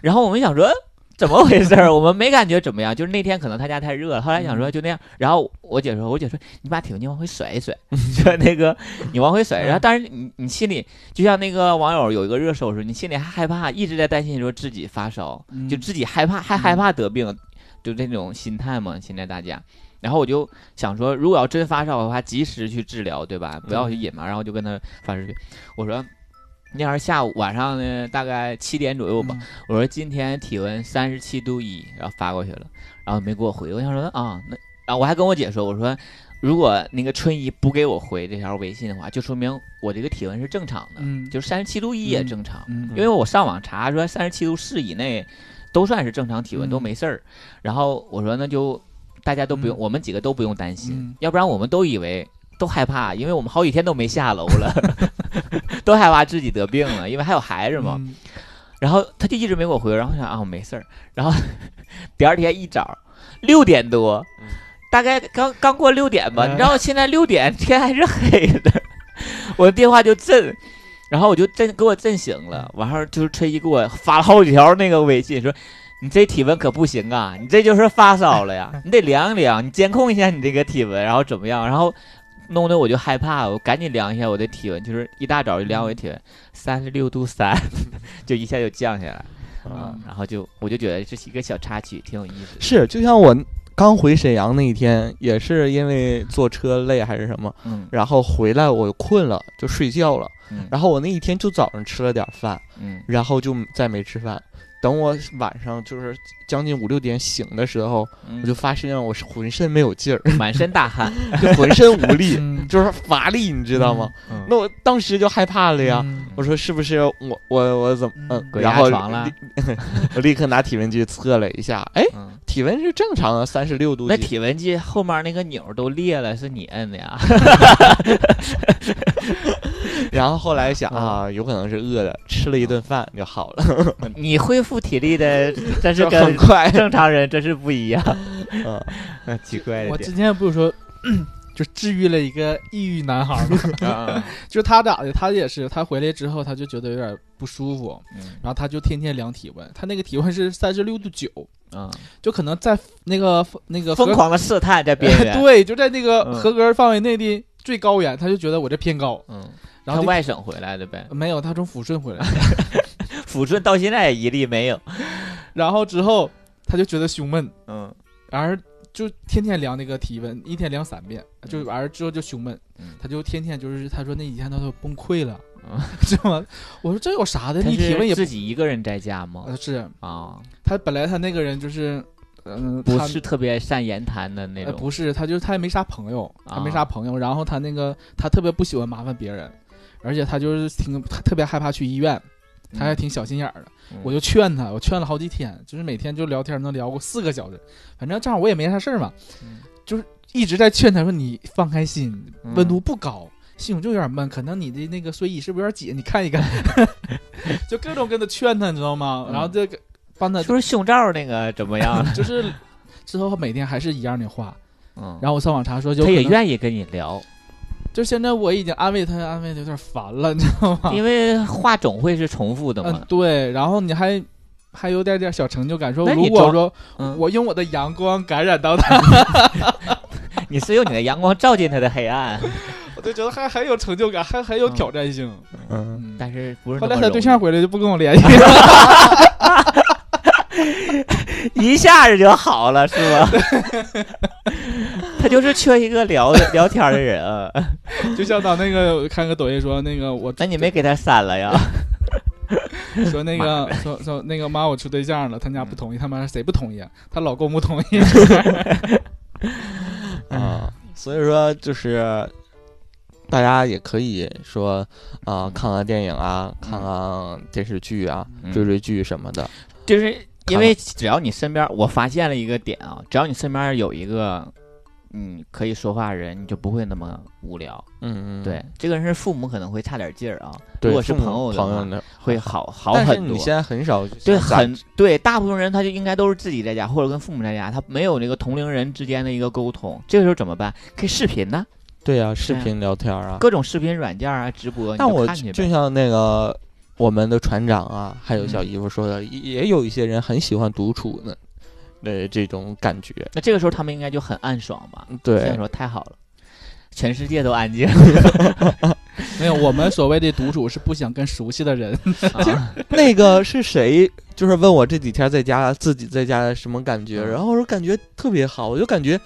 Speaker 6: 然后我们想说。怎么回事儿？我们没感觉怎么样，就是那天可能他家太热了。后来想说就那样，然后我姐说，我姐说你把体温计往回甩一甩，说那个你往回甩。然后当然你你心里就像那个网友有一个热搜说，你心里还害怕，一直在担心说自己发烧，
Speaker 7: 嗯
Speaker 6: 就自己害怕，还害怕得病，就这种心态嘛。现在大家，然后我就想说，如果要真发烧的话，及时去治疗，对吧？不要去
Speaker 7: 嗯
Speaker 6: 隐瞒。然后就跟他发视频，我说那天下午晚上呢，大概七点左右
Speaker 7: 嗯
Speaker 6: 吧，我说今天体温三十七度一，然后发过去了，然后没给我回。我想说啊，那然后我还跟我姐说，我说如果那个春姨不给我回这条微信的话，就说明我这个体温是正常的，
Speaker 7: 嗯
Speaker 6: 就是三十七度一也正常。
Speaker 7: 嗯
Speaker 6: 因为我上网查说三十七度四以内都算是正常体
Speaker 7: 嗯
Speaker 6: 温，都没事儿。然后我说那就大家都不用，
Speaker 7: 嗯
Speaker 6: 我们几个都不用担心，
Speaker 7: 嗯
Speaker 6: 要不然我们都以为都害怕，因为我们好几天都没下楼了， 都害怕自己得病了，因为还有孩子嘛。
Speaker 7: 嗯
Speaker 6: 然后他就一直没给我回，然后我想啊没事儿，然后 第二天一早六点多，大概刚刚过六点吧，
Speaker 7: 嗯
Speaker 6: 你知道现在六点天还是黑的， 我的电话就震，然后我就震给我震醒了，完后就是春姨给我发了好几条那个微信说。你这体温可不行啊！你这就是发烧了呀，你得量一量，你监控一下你这个体温，然后怎么样？然后弄得我就害怕，我赶紧量一下我的体温，就是一大早就量我的体温，三十六度三，就一下就降下来
Speaker 7: 嗯
Speaker 6: 啊、然后就我就觉得这是一个小插曲，挺有意思的。
Speaker 5: 是，就像我刚回沈阳那一天，也是因为坐车累还是什么，
Speaker 6: 嗯
Speaker 5: 然后回来我困了就睡觉了，
Speaker 6: 嗯
Speaker 5: 然后我那一天就早上吃了点饭，
Speaker 6: 嗯
Speaker 5: 然后就再没吃饭，等我晚上就是将近五六点醒的时候，
Speaker 6: 嗯
Speaker 5: 我就发现我是浑身没有劲儿，
Speaker 6: 满身大汗，
Speaker 5: 就浑身无力，嗯
Speaker 7: 嗯，
Speaker 5: 就是乏力，你知道吗？那我当时就害怕了呀。
Speaker 7: 嗯
Speaker 5: 我说是不是我我我怎么嗯
Speaker 7: 嗯？
Speaker 6: 鬼
Speaker 5: 然
Speaker 6: 压
Speaker 5: 后
Speaker 6: 床了
Speaker 5: 立 我立刻拿体温计测了一下，哎，
Speaker 6: 嗯，
Speaker 5: 体温是正常的，啊三十六度
Speaker 6: 那
Speaker 5: 几。
Speaker 6: 体温计后面那个钮儿都裂了，是你摁的呀？
Speaker 5: 然后后来想
Speaker 6: 嗯
Speaker 5: 啊，有可能是饿的，吃了一顿饭就好了，
Speaker 6: 你恢复体力 的，但是
Speaker 5: 就
Speaker 6: 跟
Speaker 5: 很 快。
Speaker 6: 正常人真是不一样。
Speaker 5: 嗯，
Speaker 6: 嗯， 奇怪
Speaker 7: 我之前不是说。 就治愈了一个抑郁男孩吗？
Speaker 6: 点 啊，
Speaker 7: 就是他咋的？他也是，他回来之后他就觉得有点不舒服，
Speaker 6: 嗯
Speaker 7: 然后他就天天量体温，他那个体温是三十六度九，
Speaker 6: 嗯，
Speaker 7: 就可能在那个那个合
Speaker 6: 疯狂的试探在 边缘。
Speaker 7: 对，就在那个
Speaker 6: 嗯
Speaker 7: 合格范围内的最高原，他就觉得我这偏高，
Speaker 6: 嗯，
Speaker 7: 然后就
Speaker 6: 他外省回来的呗，
Speaker 7: 没有他从抚顺回来，
Speaker 6: 抚顺到现在也一例没有。
Speaker 7: 然后之后他就觉得胸闷，
Speaker 6: 嗯
Speaker 7: 然而就天天量那个体温，一天量三遍，就
Speaker 6: 嗯
Speaker 7: 完了之后就胸闷
Speaker 6: 嗯，
Speaker 7: 他就天天就是他说那几天他都崩溃了
Speaker 6: 嗯，
Speaker 7: 是吗？我说这有啥的，
Speaker 6: 他
Speaker 7: 你体温也
Speaker 6: 是
Speaker 7: 不
Speaker 6: 自己一个人在家吗？
Speaker 7: 呃是
Speaker 6: 啊，
Speaker 7: 他本来他那个人就是嗯
Speaker 6: 不
Speaker 7: 他
Speaker 6: 是特别善言谈的那
Speaker 7: 呃，
Speaker 6: 种。
Speaker 7: 不是，他就是他也没啥朋友，他没
Speaker 6: 啊
Speaker 7: 啥朋友，然后他那个他特别不喜欢麻烦别人，而且他就是挺他特别害怕去医院，他还挺小心眼儿的。
Speaker 6: 嗯
Speaker 7: 我就劝他，我劝了好几天，就是每天就聊天能聊过四个小时，反正正好我也没啥事儿嘛，
Speaker 6: 嗯
Speaker 7: 就是一直在劝他说你放开心，温
Speaker 6: 嗯
Speaker 7: 度不高。系统就有点闷，可能你的那个睡衣是不是有点紧？你看一看，就各种跟他劝他，你知道吗？然后
Speaker 6: 嗯
Speaker 7: 这个帮他
Speaker 6: 说是胸罩那个怎么 样？
Speaker 7: 就是之后每天还是一样的话。
Speaker 6: 嗯，
Speaker 7: 然后我上网查说，就
Speaker 6: 他也
Speaker 7: 可能
Speaker 6: 愿意跟你聊，
Speaker 7: 就现在我已经安慰他，安慰的有点烦了，你知道吗？
Speaker 6: 因为话总会是重复的
Speaker 7: 嗯
Speaker 6: 嘛，。
Speaker 7: 对，然后你还还有点点小成就感，说
Speaker 6: 那
Speaker 7: 如
Speaker 6: 你
Speaker 7: 果
Speaker 6: 装
Speaker 7: 说
Speaker 6: 嗯，
Speaker 7: 我用我的阳光感染到他，
Speaker 6: 你是用你的阳光照进他的黑暗，
Speaker 7: 我就觉得还很有成就感，还很有
Speaker 6: 嗯
Speaker 7: 挑战性。
Speaker 5: 嗯，
Speaker 7: 嗯，
Speaker 6: 但是不是
Speaker 7: 后
Speaker 6: 那
Speaker 7: 来
Speaker 6: 么
Speaker 7: 他
Speaker 6: 容
Speaker 7: 对
Speaker 6: 易
Speaker 7: 象回来就不跟我联系了，
Speaker 6: 一下子就好了，是吗？ 他就是缺一个聊的聊天的人啊。
Speaker 7: 就像当那个我看个抖音说那个我
Speaker 6: 那你没给他删了呀？
Speaker 7: 说那个说说那个妈我处对象了，他家不同意，他妈谁不同意啊？她老公不 同意，
Speaker 5: 啊，所以说就是大家也可以说啊、看看电影啊，看看电视剧啊，
Speaker 6: 嗯
Speaker 5: 追追剧什么的。
Speaker 6: 就是因为只要你身边，我发现了一个点啊，只要你身边有一个嗯可以说话的人，你就不会那么无聊。
Speaker 5: 嗯嗯，
Speaker 6: 对，这个人是父母可能会差点劲儿啊，
Speaker 5: 对，
Speaker 6: 如果是
Speaker 5: 父母
Speaker 6: 朋友的
Speaker 5: 朋
Speaker 6: 话
Speaker 5: 友的
Speaker 6: 会好好
Speaker 5: 但是
Speaker 6: 很多
Speaker 5: 你。现在很少
Speaker 6: 对，
Speaker 5: 像
Speaker 6: 很对，大部分人他就应该都是自己在家或者跟父母在家，他没有那个同龄人之间的一个沟通，这个时候怎么办？可以视频呢，
Speaker 5: 对啊，视
Speaker 6: 对啊
Speaker 5: 频聊天啊。
Speaker 6: 各种视频软件啊，直播，你
Speaker 5: 但
Speaker 6: 就
Speaker 5: 我
Speaker 6: 看
Speaker 5: 就
Speaker 6: 去
Speaker 5: 就
Speaker 6: 呗。
Speaker 5: 像那个我们的船长啊，还有小
Speaker 6: 嗯
Speaker 5: 姨夫说的，也也有一些人很喜欢独处呢的这种感觉。
Speaker 6: 那这个时候他们应该就很暗爽吧？这样
Speaker 5: 嗯对，嗯
Speaker 6: 说太好了，全世界都安静。
Speaker 7: 没有，我们所谓的独处是不想跟熟悉的 人，
Speaker 6: 啊
Speaker 5: 那个是谁？就是问我这几天在家自己在家什么感觉，
Speaker 6: 嗯
Speaker 5: 然后我说感觉特别好，我就感觉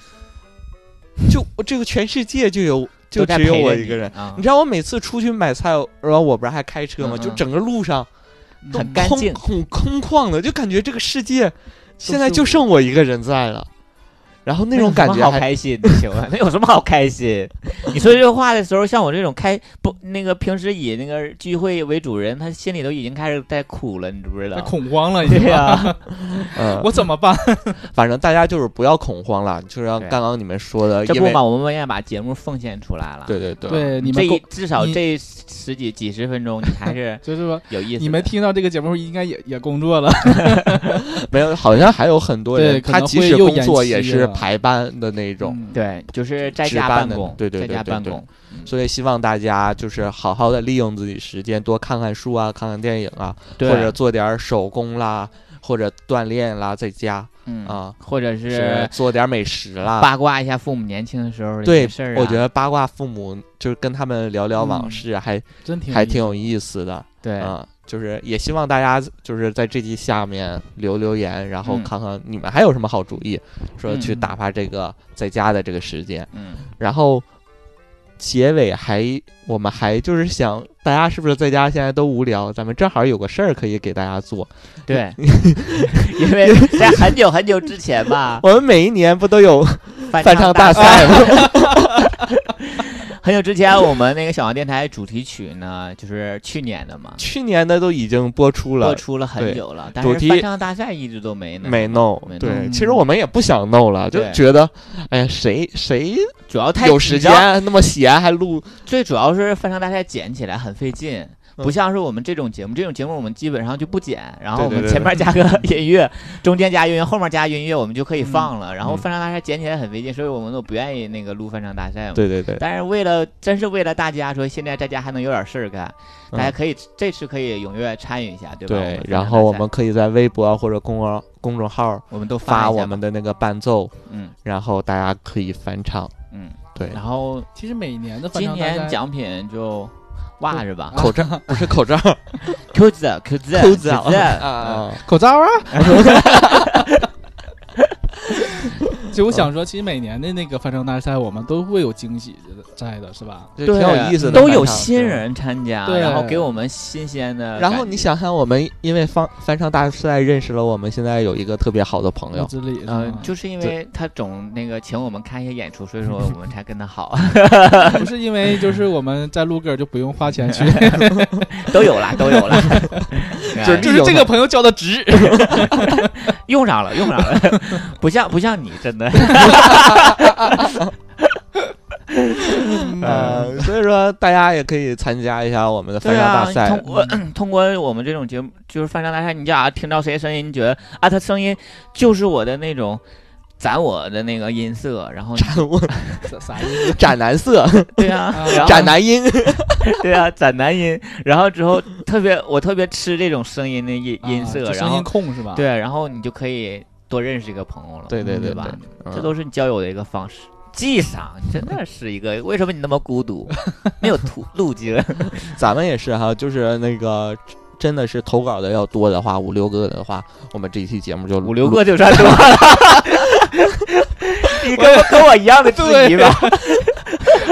Speaker 5: 就我这个全世界就有就
Speaker 6: 都在
Speaker 5: 只有
Speaker 6: 陪着
Speaker 5: 我
Speaker 6: 你
Speaker 5: 一个人。
Speaker 6: 啊
Speaker 5: 你，知道我每次出去买菜，然后我不是还开车吗？
Speaker 6: 嗯嗯
Speaker 5: 就整个路上都
Speaker 6: 很干
Speaker 5: 空
Speaker 6: 净
Speaker 5: 很空旷的，就感觉这个世界现在就剩我一个人在了。然后那种感
Speaker 6: 有什
Speaker 5: 觉
Speaker 6: 么好
Speaker 5: 还
Speaker 6: 开心的，请问 那有什么好开心？你说这话的时候，像我这种开不那个平时以那个聚会为主人，他心里都已经开始在哭了，你知不知道？
Speaker 7: 恐慌了已经
Speaker 6: 对。呀，
Speaker 5: 嗯，
Speaker 7: 我怎么办？
Speaker 5: 反正大家就是不要恐慌了，就像
Speaker 6: 对
Speaker 5: 刚刚你们说的，
Speaker 6: 这
Speaker 5: 呃因
Speaker 6: 不
Speaker 5: 为
Speaker 6: 嘛，我们也把节目奉献出来了。
Speaker 5: 对对对，
Speaker 7: 对呃你
Speaker 6: 这
Speaker 7: 们
Speaker 6: 一
Speaker 7: 够
Speaker 6: 至少
Speaker 7: 你
Speaker 6: 这十几几十分钟，你还 是
Speaker 7: 就是说，
Speaker 6: 有意思的。
Speaker 7: 你们听到这个节目应该也也工作了。
Speaker 5: 没有，好像还有很多人
Speaker 7: 对，可
Speaker 5: 他
Speaker 7: 能
Speaker 5: 即
Speaker 7: 会
Speaker 5: 使
Speaker 7: 又
Speaker 5: 工
Speaker 7: 延
Speaker 5: 作
Speaker 7: 期
Speaker 5: 也是
Speaker 7: 了
Speaker 5: 排班的那种，
Speaker 7: 嗯，
Speaker 6: 对，就是在
Speaker 5: 值
Speaker 6: 家
Speaker 5: 班
Speaker 6: 办
Speaker 5: 的
Speaker 6: 公，
Speaker 5: 对对
Speaker 6: 在
Speaker 5: 对
Speaker 6: 家
Speaker 5: 对
Speaker 6: 办
Speaker 5: 对
Speaker 6: 公。
Speaker 5: 所以希望大家就是好好的利用自己时间，多看看书啊，看看电影啊，或
Speaker 6: 对
Speaker 5: 者做点手工啦，或者锻炼啦，在家
Speaker 6: 嗯，
Speaker 5: 啊，
Speaker 6: 或者
Speaker 5: 是
Speaker 6: 是
Speaker 5: 做点美食啦。
Speaker 6: 八卦一下父母年轻的时候的一
Speaker 5: 对
Speaker 6: 些事儿啊。
Speaker 5: 我觉得八卦父母就是跟他们聊聊往
Speaker 7: 嗯
Speaker 5: 事，啊还
Speaker 7: 真挺
Speaker 5: 还
Speaker 7: 有意思
Speaker 5: 挺有意思的
Speaker 6: 对，
Speaker 5: 啊。就是也希望大家就是在这期下面留留言，然后
Speaker 6: 嗯
Speaker 5: 看看你们还有什么好主意，说去
Speaker 7: 嗯
Speaker 5: 打发这个在家的这个时间。
Speaker 6: 嗯，
Speaker 5: 然后结尾还我们还就是想，大家是不是在家现在都无聊？咱们正好有个事儿可以给大家做。
Speaker 6: 对，因为在很久很久之前吧，
Speaker 5: 我们每一年不都有 翻唱大
Speaker 6: 大
Speaker 5: 赛吗？
Speaker 6: 很久之前，我们那个小王电台主题曲呢，就是去年的嘛，
Speaker 5: 去年的都已经播出了
Speaker 6: 播，出了很久了，但
Speaker 5: 主题
Speaker 6: 是翻唱大赛一直都没呢。
Speaker 5: 没弄
Speaker 6: 没。弄
Speaker 5: 对，
Speaker 7: 嗯
Speaker 5: 其实我们也不想弄了，就
Speaker 6: 对
Speaker 5: 觉得，哎呀，谁谁
Speaker 6: 主要太
Speaker 5: 有时，
Speaker 6: 你知道
Speaker 5: 间那么闲还录？
Speaker 6: 最主要是翻唱大赛剪起来很费劲。
Speaker 5: 嗯
Speaker 6: 不像是我们这种节目，这种节目我们基本上就不剪，然后
Speaker 5: 对
Speaker 6: 我
Speaker 5: 对
Speaker 6: 们
Speaker 5: 对
Speaker 6: 前面加个音 乐，中间加音乐，后面加音乐，我们就可以放了。然后
Speaker 5: 嗯
Speaker 6: 翻唱大赛剪起来很费劲，所以我们都不愿意那个录翻唱大赛嘛。
Speaker 5: 对对对，
Speaker 6: 但是为了，真是为了大家说，现在在家还能有点事儿干，
Speaker 5: 嗯
Speaker 6: 大家可以、这次可以踊跃参与一下，对吧？
Speaker 5: 对
Speaker 6: 我，们
Speaker 5: 然
Speaker 6: 参加
Speaker 5: 后我
Speaker 6: 大赛
Speaker 5: 们可以在微博啊或者公众公众号
Speaker 6: 我们都
Speaker 5: 发
Speaker 6: 一下
Speaker 5: 我们
Speaker 6: 吧，
Speaker 5: 的那个伴奏，
Speaker 6: 嗯
Speaker 5: 然后大家可以翻唱。
Speaker 6: 嗯。
Speaker 5: 对，
Speaker 6: 然后
Speaker 7: 其实每年的翻
Speaker 6: 今
Speaker 7: 唱大
Speaker 6: 年
Speaker 7: 赛，
Speaker 6: 奖品就袜子吧，
Speaker 5: 口罩不是 口罩，
Speaker 6: 裤子裤子
Speaker 5: 口罩
Speaker 6: 裤子嗯
Speaker 5: 啊，
Speaker 7: 口罩啊。就我想说，其实每年的那个翻唱大赛，我们都会有惊喜在的，是吧？
Speaker 5: 这挺有意思的，
Speaker 6: 都有
Speaker 5: 翻唱
Speaker 6: 新。人参加，
Speaker 7: 对
Speaker 6: 然后给我们新鲜的
Speaker 5: 对
Speaker 6: 感觉。
Speaker 5: 然后你想想，我们因为翻翻唱大赛认识了我们现在有一个特别好的朋
Speaker 7: 骨
Speaker 5: 友，
Speaker 7: 子里，
Speaker 6: 呃
Speaker 7: 嗯，，
Speaker 6: 就是因为他总那个请我们看一些演出， 所以说我们才跟他好，
Speaker 7: 不是因为就是我们在录歌就不用花钱去，
Speaker 6: 都有了，都有了，
Speaker 5: 就是
Speaker 6: 哎
Speaker 5: 利用他
Speaker 7: 朋友交的值。
Speaker 6: 用上了，用上了，不像不像你，真的。嗯
Speaker 5: 呃，所以说大家也可以参加一下我们的翻
Speaker 6: 对
Speaker 5: 唱
Speaker 6: 啊，
Speaker 5: 大
Speaker 6: 你
Speaker 5: 赛
Speaker 6: 通。过通过我们这种节目，就是翻唱大赛，你假听到谁声音，你觉得啊，他声音就是我的那种。攒我的那个音色，然后 你
Speaker 7: 啥意思？
Speaker 5: 斩男色，
Speaker 6: 对啊，然 后
Speaker 5: 斩男音，
Speaker 6: 对啊，攒男音，然后之后特别我特别吃这种声音的音音色，
Speaker 7: 啊就
Speaker 6: 然
Speaker 7: 声
Speaker 6: 后
Speaker 7: 音控是吧？，
Speaker 6: 对，然后你就可以多认识一个朋友了，
Speaker 5: 对对
Speaker 6: 对
Speaker 5: 对
Speaker 6: 吧？
Speaker 5: 对
Speaker 6: 这
Speaker 5: 嗯
Speaker 6: 都是你交友的一个方式。记上，你真的是一个，为什么你那么孤独？没有途路径，
Speaker 5: 咱们也是哈，就是那个真的是投稿的要多的话，五六个的话，我们这一期节目就
Speaker 6: 五六个就算多了。你跟我跟我一样的质疑吧，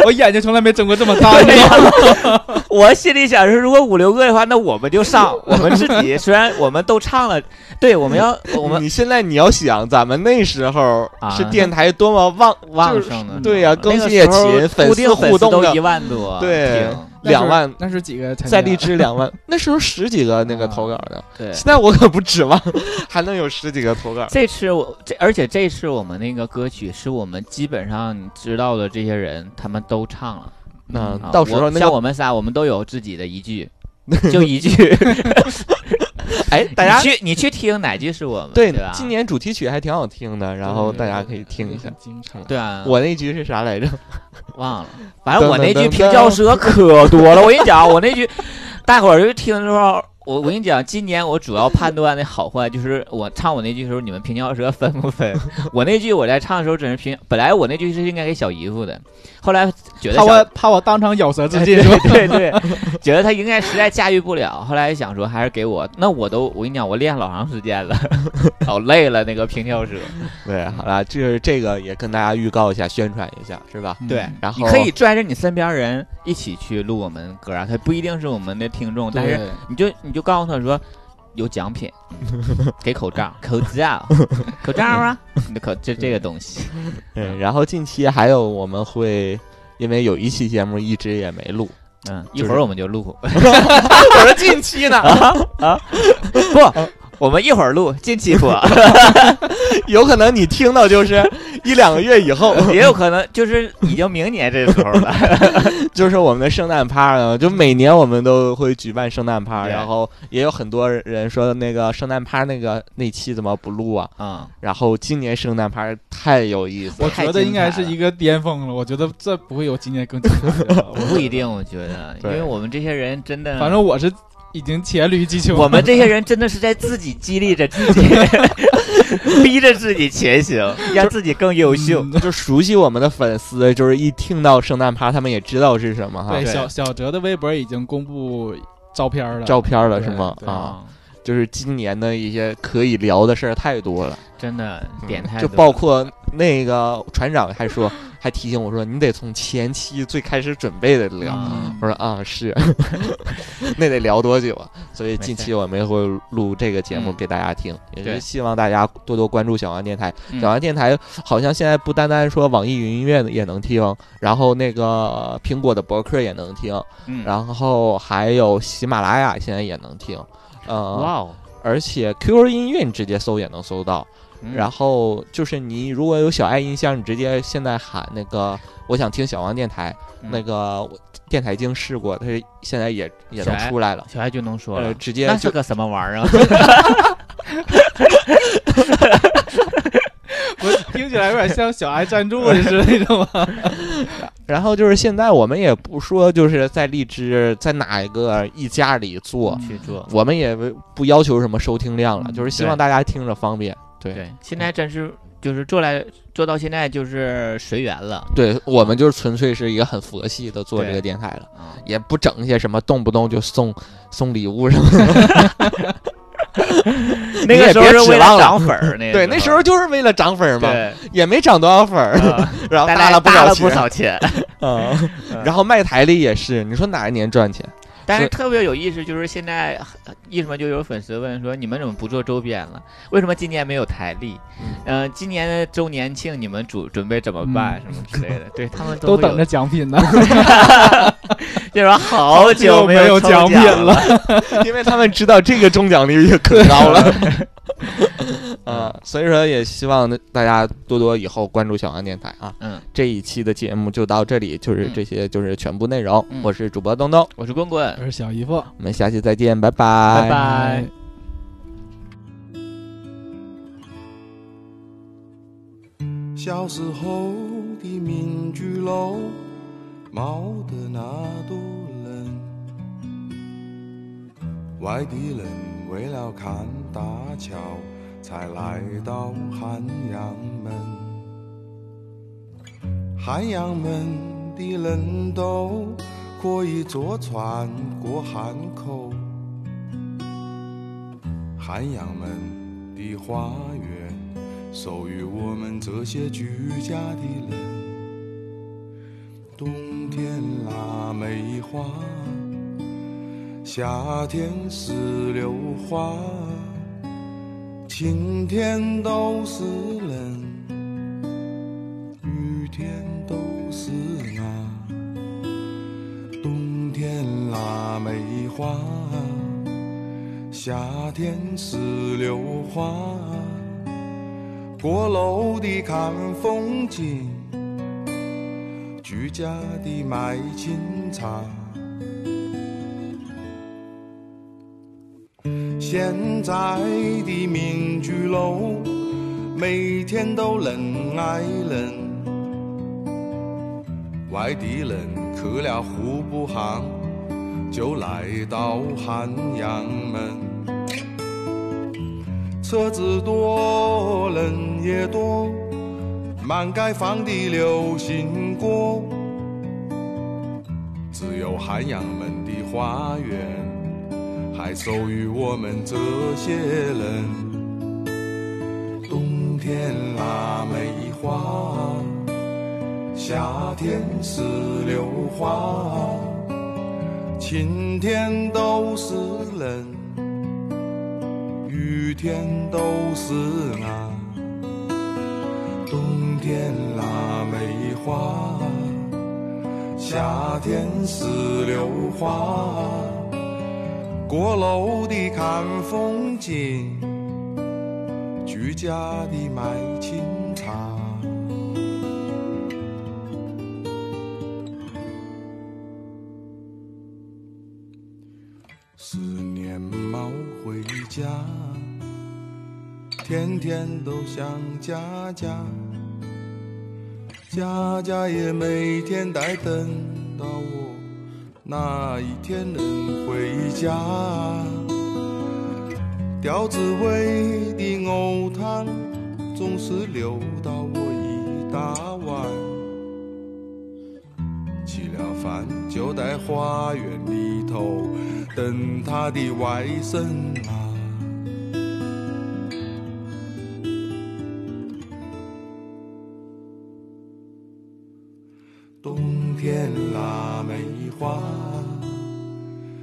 Speaker 7: 我眼睛从来没睁过这么 大
Speaker 6: 对呀我心里想是，如果五六个的话，那我们就上，我们自己虽然我们都唱了，对，我们要我们
Speaker 5: 你现在你要想，咱们那时候
Speaker 6: 啊
Speaker 5: 是电台多么旺
Speaker 6: 旺
Speaker 5: 就是
Speaker 6: 盛的，
Speaker 5: 对呀
Speaker 6: 那个
Speaker 5: 更新也
Speaker 6: 时候
Speaker 5: 勤粉
Speaker 6: 固定
Speaker 5: 丝
Speaker 6: 粉
Speaker 5: 互
Speaker 6: 丝
Speaker 5: 动
Speaker 6: 都
Speaker 5: 的
Speaker 6: 一万多，
Speaker 5: 对
Speaker 6: 挺
Speaker 5: 两万，
Speaker 7: 那是几个参加？
Speaker 5: 在荔枝两万，那时候十几个那个投稿的，
Speaker 6: 啊对。嗯
Speaker 5: 现在我可不指望还能有十几个投稿。
Speaker 6: 这次我这，而且这次我们那个歌曲是我们基本上你知道的这些人，他们都唱了。
Speaker 5: 那
Speaker 6: 啊
Speaker 5: 嗯到时候
Speaker 6: 我
Speaker 5: 那
Speaker 6: 像
Speaker 5: 个
Speaker 6: 我们仨，我们都有自己的一 句，就一句。
Speaker 5: 哎，大家
Speaker 6: 你去你去听哪句是我们
Speaker 5: 对
Speaker 6: 吧？
Speaker 5: 今年主题曲还挺好听的，然后
Speaker 7: 对
Speaker 5: 大家可以听一下。。
Speaker 7: 经常
Speaker 6: 对嗯啊，
Speaker 5: 我那句是啥来着？
Speaker 6: 忘了，反正我那
Speaker 5: 噔噔
Speaker 6: 句
Speaker 5: 噔
Speaker 6: 平翘舌可多了。我跟你讲，我那句，大伙儿就听的时候，我我跟你讲，今年我主要判断的好坏，就是我唱我那句的时候，你们平翘舌分不分？我那句我在唱的时候，真是平，本来我那句是应该给小姨夫的，后来觉得
Speaker 7: 怕
Speaker 6: 小哎
Speaker 7: 我怕我当场咬舌自尽是吧？
Speaker 6: 对对，觉得他应该实在驾驭不了，后来想说还是给我，那我都我跟你讲，我练老长时间了， 老累了那个平翘舌。
Speaker 5: 对，好啦，就是这个也跟大家预告一下，宣传一下，是吧？
Speaker 6: 对，
Speaker 5: 然
Speaker 6: 嗯你
Speaker 5: 后
Speaker 6: 可以拽着你身边人一起去录我们歌啊，他不一定是我们的听众，但是
Speaker 7: 对，
Speaker 6: 你就你就告诉他说有奖 品，给口罩，口罩，口罩啊，你的口这这个东 西，
Speaker 5: 对，嗯然后近期还有我们会，因为有一期节目一直也没录，
Speaker 6: 嗯，一
Speaker 5: 就是
Speaker 6: 会儿我们就录，
Speaker 5: 我说近期呢，
Speaker 6: 不，我们一会儿录，近期 播。
Speaker 5: 有可能你听到就是一两个月以后，
Speaker 6: 也有可能就是已经明年这时候了。
Speaker 5: 就是我们的圣诞趴了。就每年我们都会举办圣诞趴，
Speaker 6: 对
Speaker 5: 然后也有很多人说那个圣诞趴那个那期怎么不录啊？
Speaker 6: 嗯，
Speaker 5: 然后今年圣诞趴太有意思了，
Speaker 7: 我觉得应该是一个巅峰了。我觉得这不会有今年更精彩的 了。
Speaker 6: 不一定，我觉得，因
Speaker 5: 对
Speaker 6: 为我们这些人真的，
Speaker 7: 反正我是已经黔驴技穷了。
Speaker 6: 我们这些人真的是在自己激励着自 己，逼着自己前行，让自己更优秀。
Speaker 5: 就熟悉我们的粉丝，就是一听到圣诞趴，他们也知道是什么哈
Speaker 7: 对
Speaker 6: 对
Speaker 7: 小小哲的微博已经公布照片了，
Speaker 5: 照片了是吗？
Speaker 7: 对对
Speaker 5: 啊，，就是今年的一些可以聊的事儿太多了。
Speaker 6: 真的点太
Speaker 5: 嗯就
Speaker 6: 多
Speaker 5: 包括那个船长还说，还提醒我说，你得从前期最开始准备的聊。
Speaker 6: 嗯
Speaker 5: 我说啊， 是，那得聊多久啊？所以
Speaker 6: 没
Speaker 5: 近
Speaker 6: 事
Speaker 5: 期我们会录这个节目
Speaker 6: 嗯
Speaker 5: 给大家听，也是
Speaker 6: 对
Speaker 5: 希望大家多多关注小王电台。
Speaker 6: 嗯
Speaker 5: 小王电台好像现在不单单说网易云音乐也能听，然后那个苹果的博客也能听，
Speaker 6: 嗯，
Speaker 5: 然后还有喜马拉雅现在也能听，
Speaker 6: 哇
Speaker 5: 呃，
Speaker 6: 哦，
Speaker 5: 而且 QQ 音乐你直接搜也能搜到。
Speaker 6: 嗯
Speaker 5: 然后就是你如果有小爱音箱，你直接现在喊那个我想听小王电台，
Speaker 6: 嗯
Speaker 5: 那个我电台已经试过，它是现在也也
Speaker 6: 小
Speaker 5: 能
Speaker 6: 爱
Speaker 5: 出来了。
Speaker 6: 小爱就能说
Speaker 5: 呃，
Speaker 6: 了，
Speaker 5: 直接
Speaker 6: 那
Speaker 5: 就是
Speaker 6: 个什么玩 意儿啊？
Speaker 7: 我听起来有点像小爱赞助似的那种啊。
Speaker 5: 然后就是现在我们也不说就是在荔枝在哪一个一家里做，
Speaker 6: 去做，
Speaker 5: 我们也不要求什么收听量了，
Speaker 7: 嗯
Speaker 5: 就是希
Speaker 6: 对
Speaker 5: 望大家听着方便。对
Speaker 6: 对，现在真是就是做来做到现在就是随缘了
Speaker 5: 对，我们就是纯粹是一个很佛系的做
Speaker 6: 对
Speaker 5: 这个电台了，
Speaker 6: 啊。
Speaker 5: 也不整一些什么动不动就送送礼物什么的。
Speaker 6: 那个时候是为
Speaker 5: 指望
Speaker 6: 了
Speaker 5: 了
Speaker 6: 涨粉 儿，那
Speaker 5: 对，那时候就是为了涨粉儿嘛，
Speaker 6: 对，
Speaker 5: 也没涨多少粉儿，
Speaker 6: 啊
Speaker 5: 然后
Speaker 6: 大
Speaker 5: 搭
Speaker 6: 家
Speaker 5: 了不
Speaker 6: 搭
Speaker 5: 少
Speaker 6: 了不
Speaker 5: 钱。
Speaker 6: 少钱，
Speaker 5: 嗯，
Speaker 6: 嗯
Speaker 5: 然后卖台里也是，你说哪一年赚 钱？
Speaker 6: 但是
Speaker 5: 是
Speaker 6: 特别有意思，就是现在为什么就有粉丝问说，你们怎么不做周边了？为什么今年没有台历？嗯、呃，今年的周年庆你们准准备怎么办？
Speaker 5: 嗯
Speaker 6: 什么之类的？对他们
Speaker 7: 都
Speaker 6: 会
Speaker 7: 等
Speaker 6: 有
Speaker 7: 着，奖品 呢，
Speaker 6: 就说好久
Speaker 7: 没有
Speaker 6: 有抽
Speaker 7: 奖品
Speaker 6: 奖
Speaker 7: 了。
Speaker 5: 因为他们知道这个中奖率也可高 了。啊、所以说也希望大家多多以后关注小王电台啊。
Speaker 6: 嗯，
Speaker 5: 这一期的节目就到这里，就是
Speaker 6: 嗯
Speaker 5: 这些，就是全部内容。
Speaker 6: 嗯
Speaker 5: 我是主播东东，
Speaker 6: 我是棍棍，
Speaker 7: 我是小姨夫，
Speaker 5: 我们下期再见，拜
Speaker 6: 拜拜。
Speaker 2: 小时候的民居楼，毛的那多冷，外地人为了看大桥，才来到汉阳门。汉阳门的人都可以坐船过汉口，汉阳门的花园。授予我们这些居家的人。冬天腊梅花，夏天石榴花，晴天都是人，雨天都是啊。冬天腊梅花，夏天石榴花。过楼的看风景，居家的买清茶。现在的民居楼，每天都人挨人。外地人去了户部巷，就来到汉阳门。车子多，人也多，满街放的流行歌。只有汉阳门的花园，还授予我们这些人。冬天腊梅花，夏天石榴花，晴天都是人。雨天都是啊，冬天腊梅花，夏天石榴花。过楼的看风景，居家的买清茶。思念猫回家，天天都想家家，家家也每天在等到我那一天能回家。吊子味的藕汤总是留到我一大碗。起了饭就在花园里头等他的外甥啊。冬天腊梅花，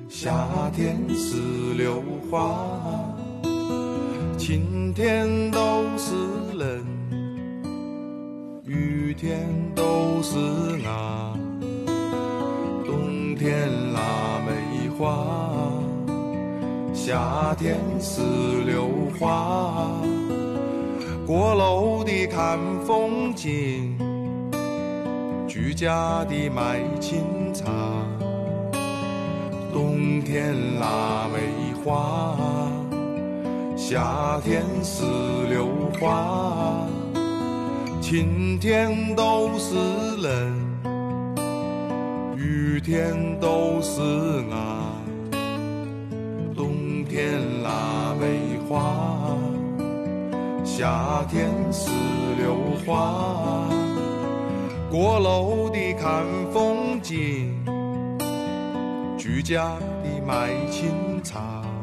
Speaker 2: 夏天石榴花，晴天都是人，雨天都是俺。冬天腊梅花，夏天石榴花，过楼的看风景。居家的买清茶，冬天腊梅花，夏天石榴花，晴天都是人，雨天都是俺。冬天腊梅花，夏天石榴花。过楼的看风景，居家的买清茶。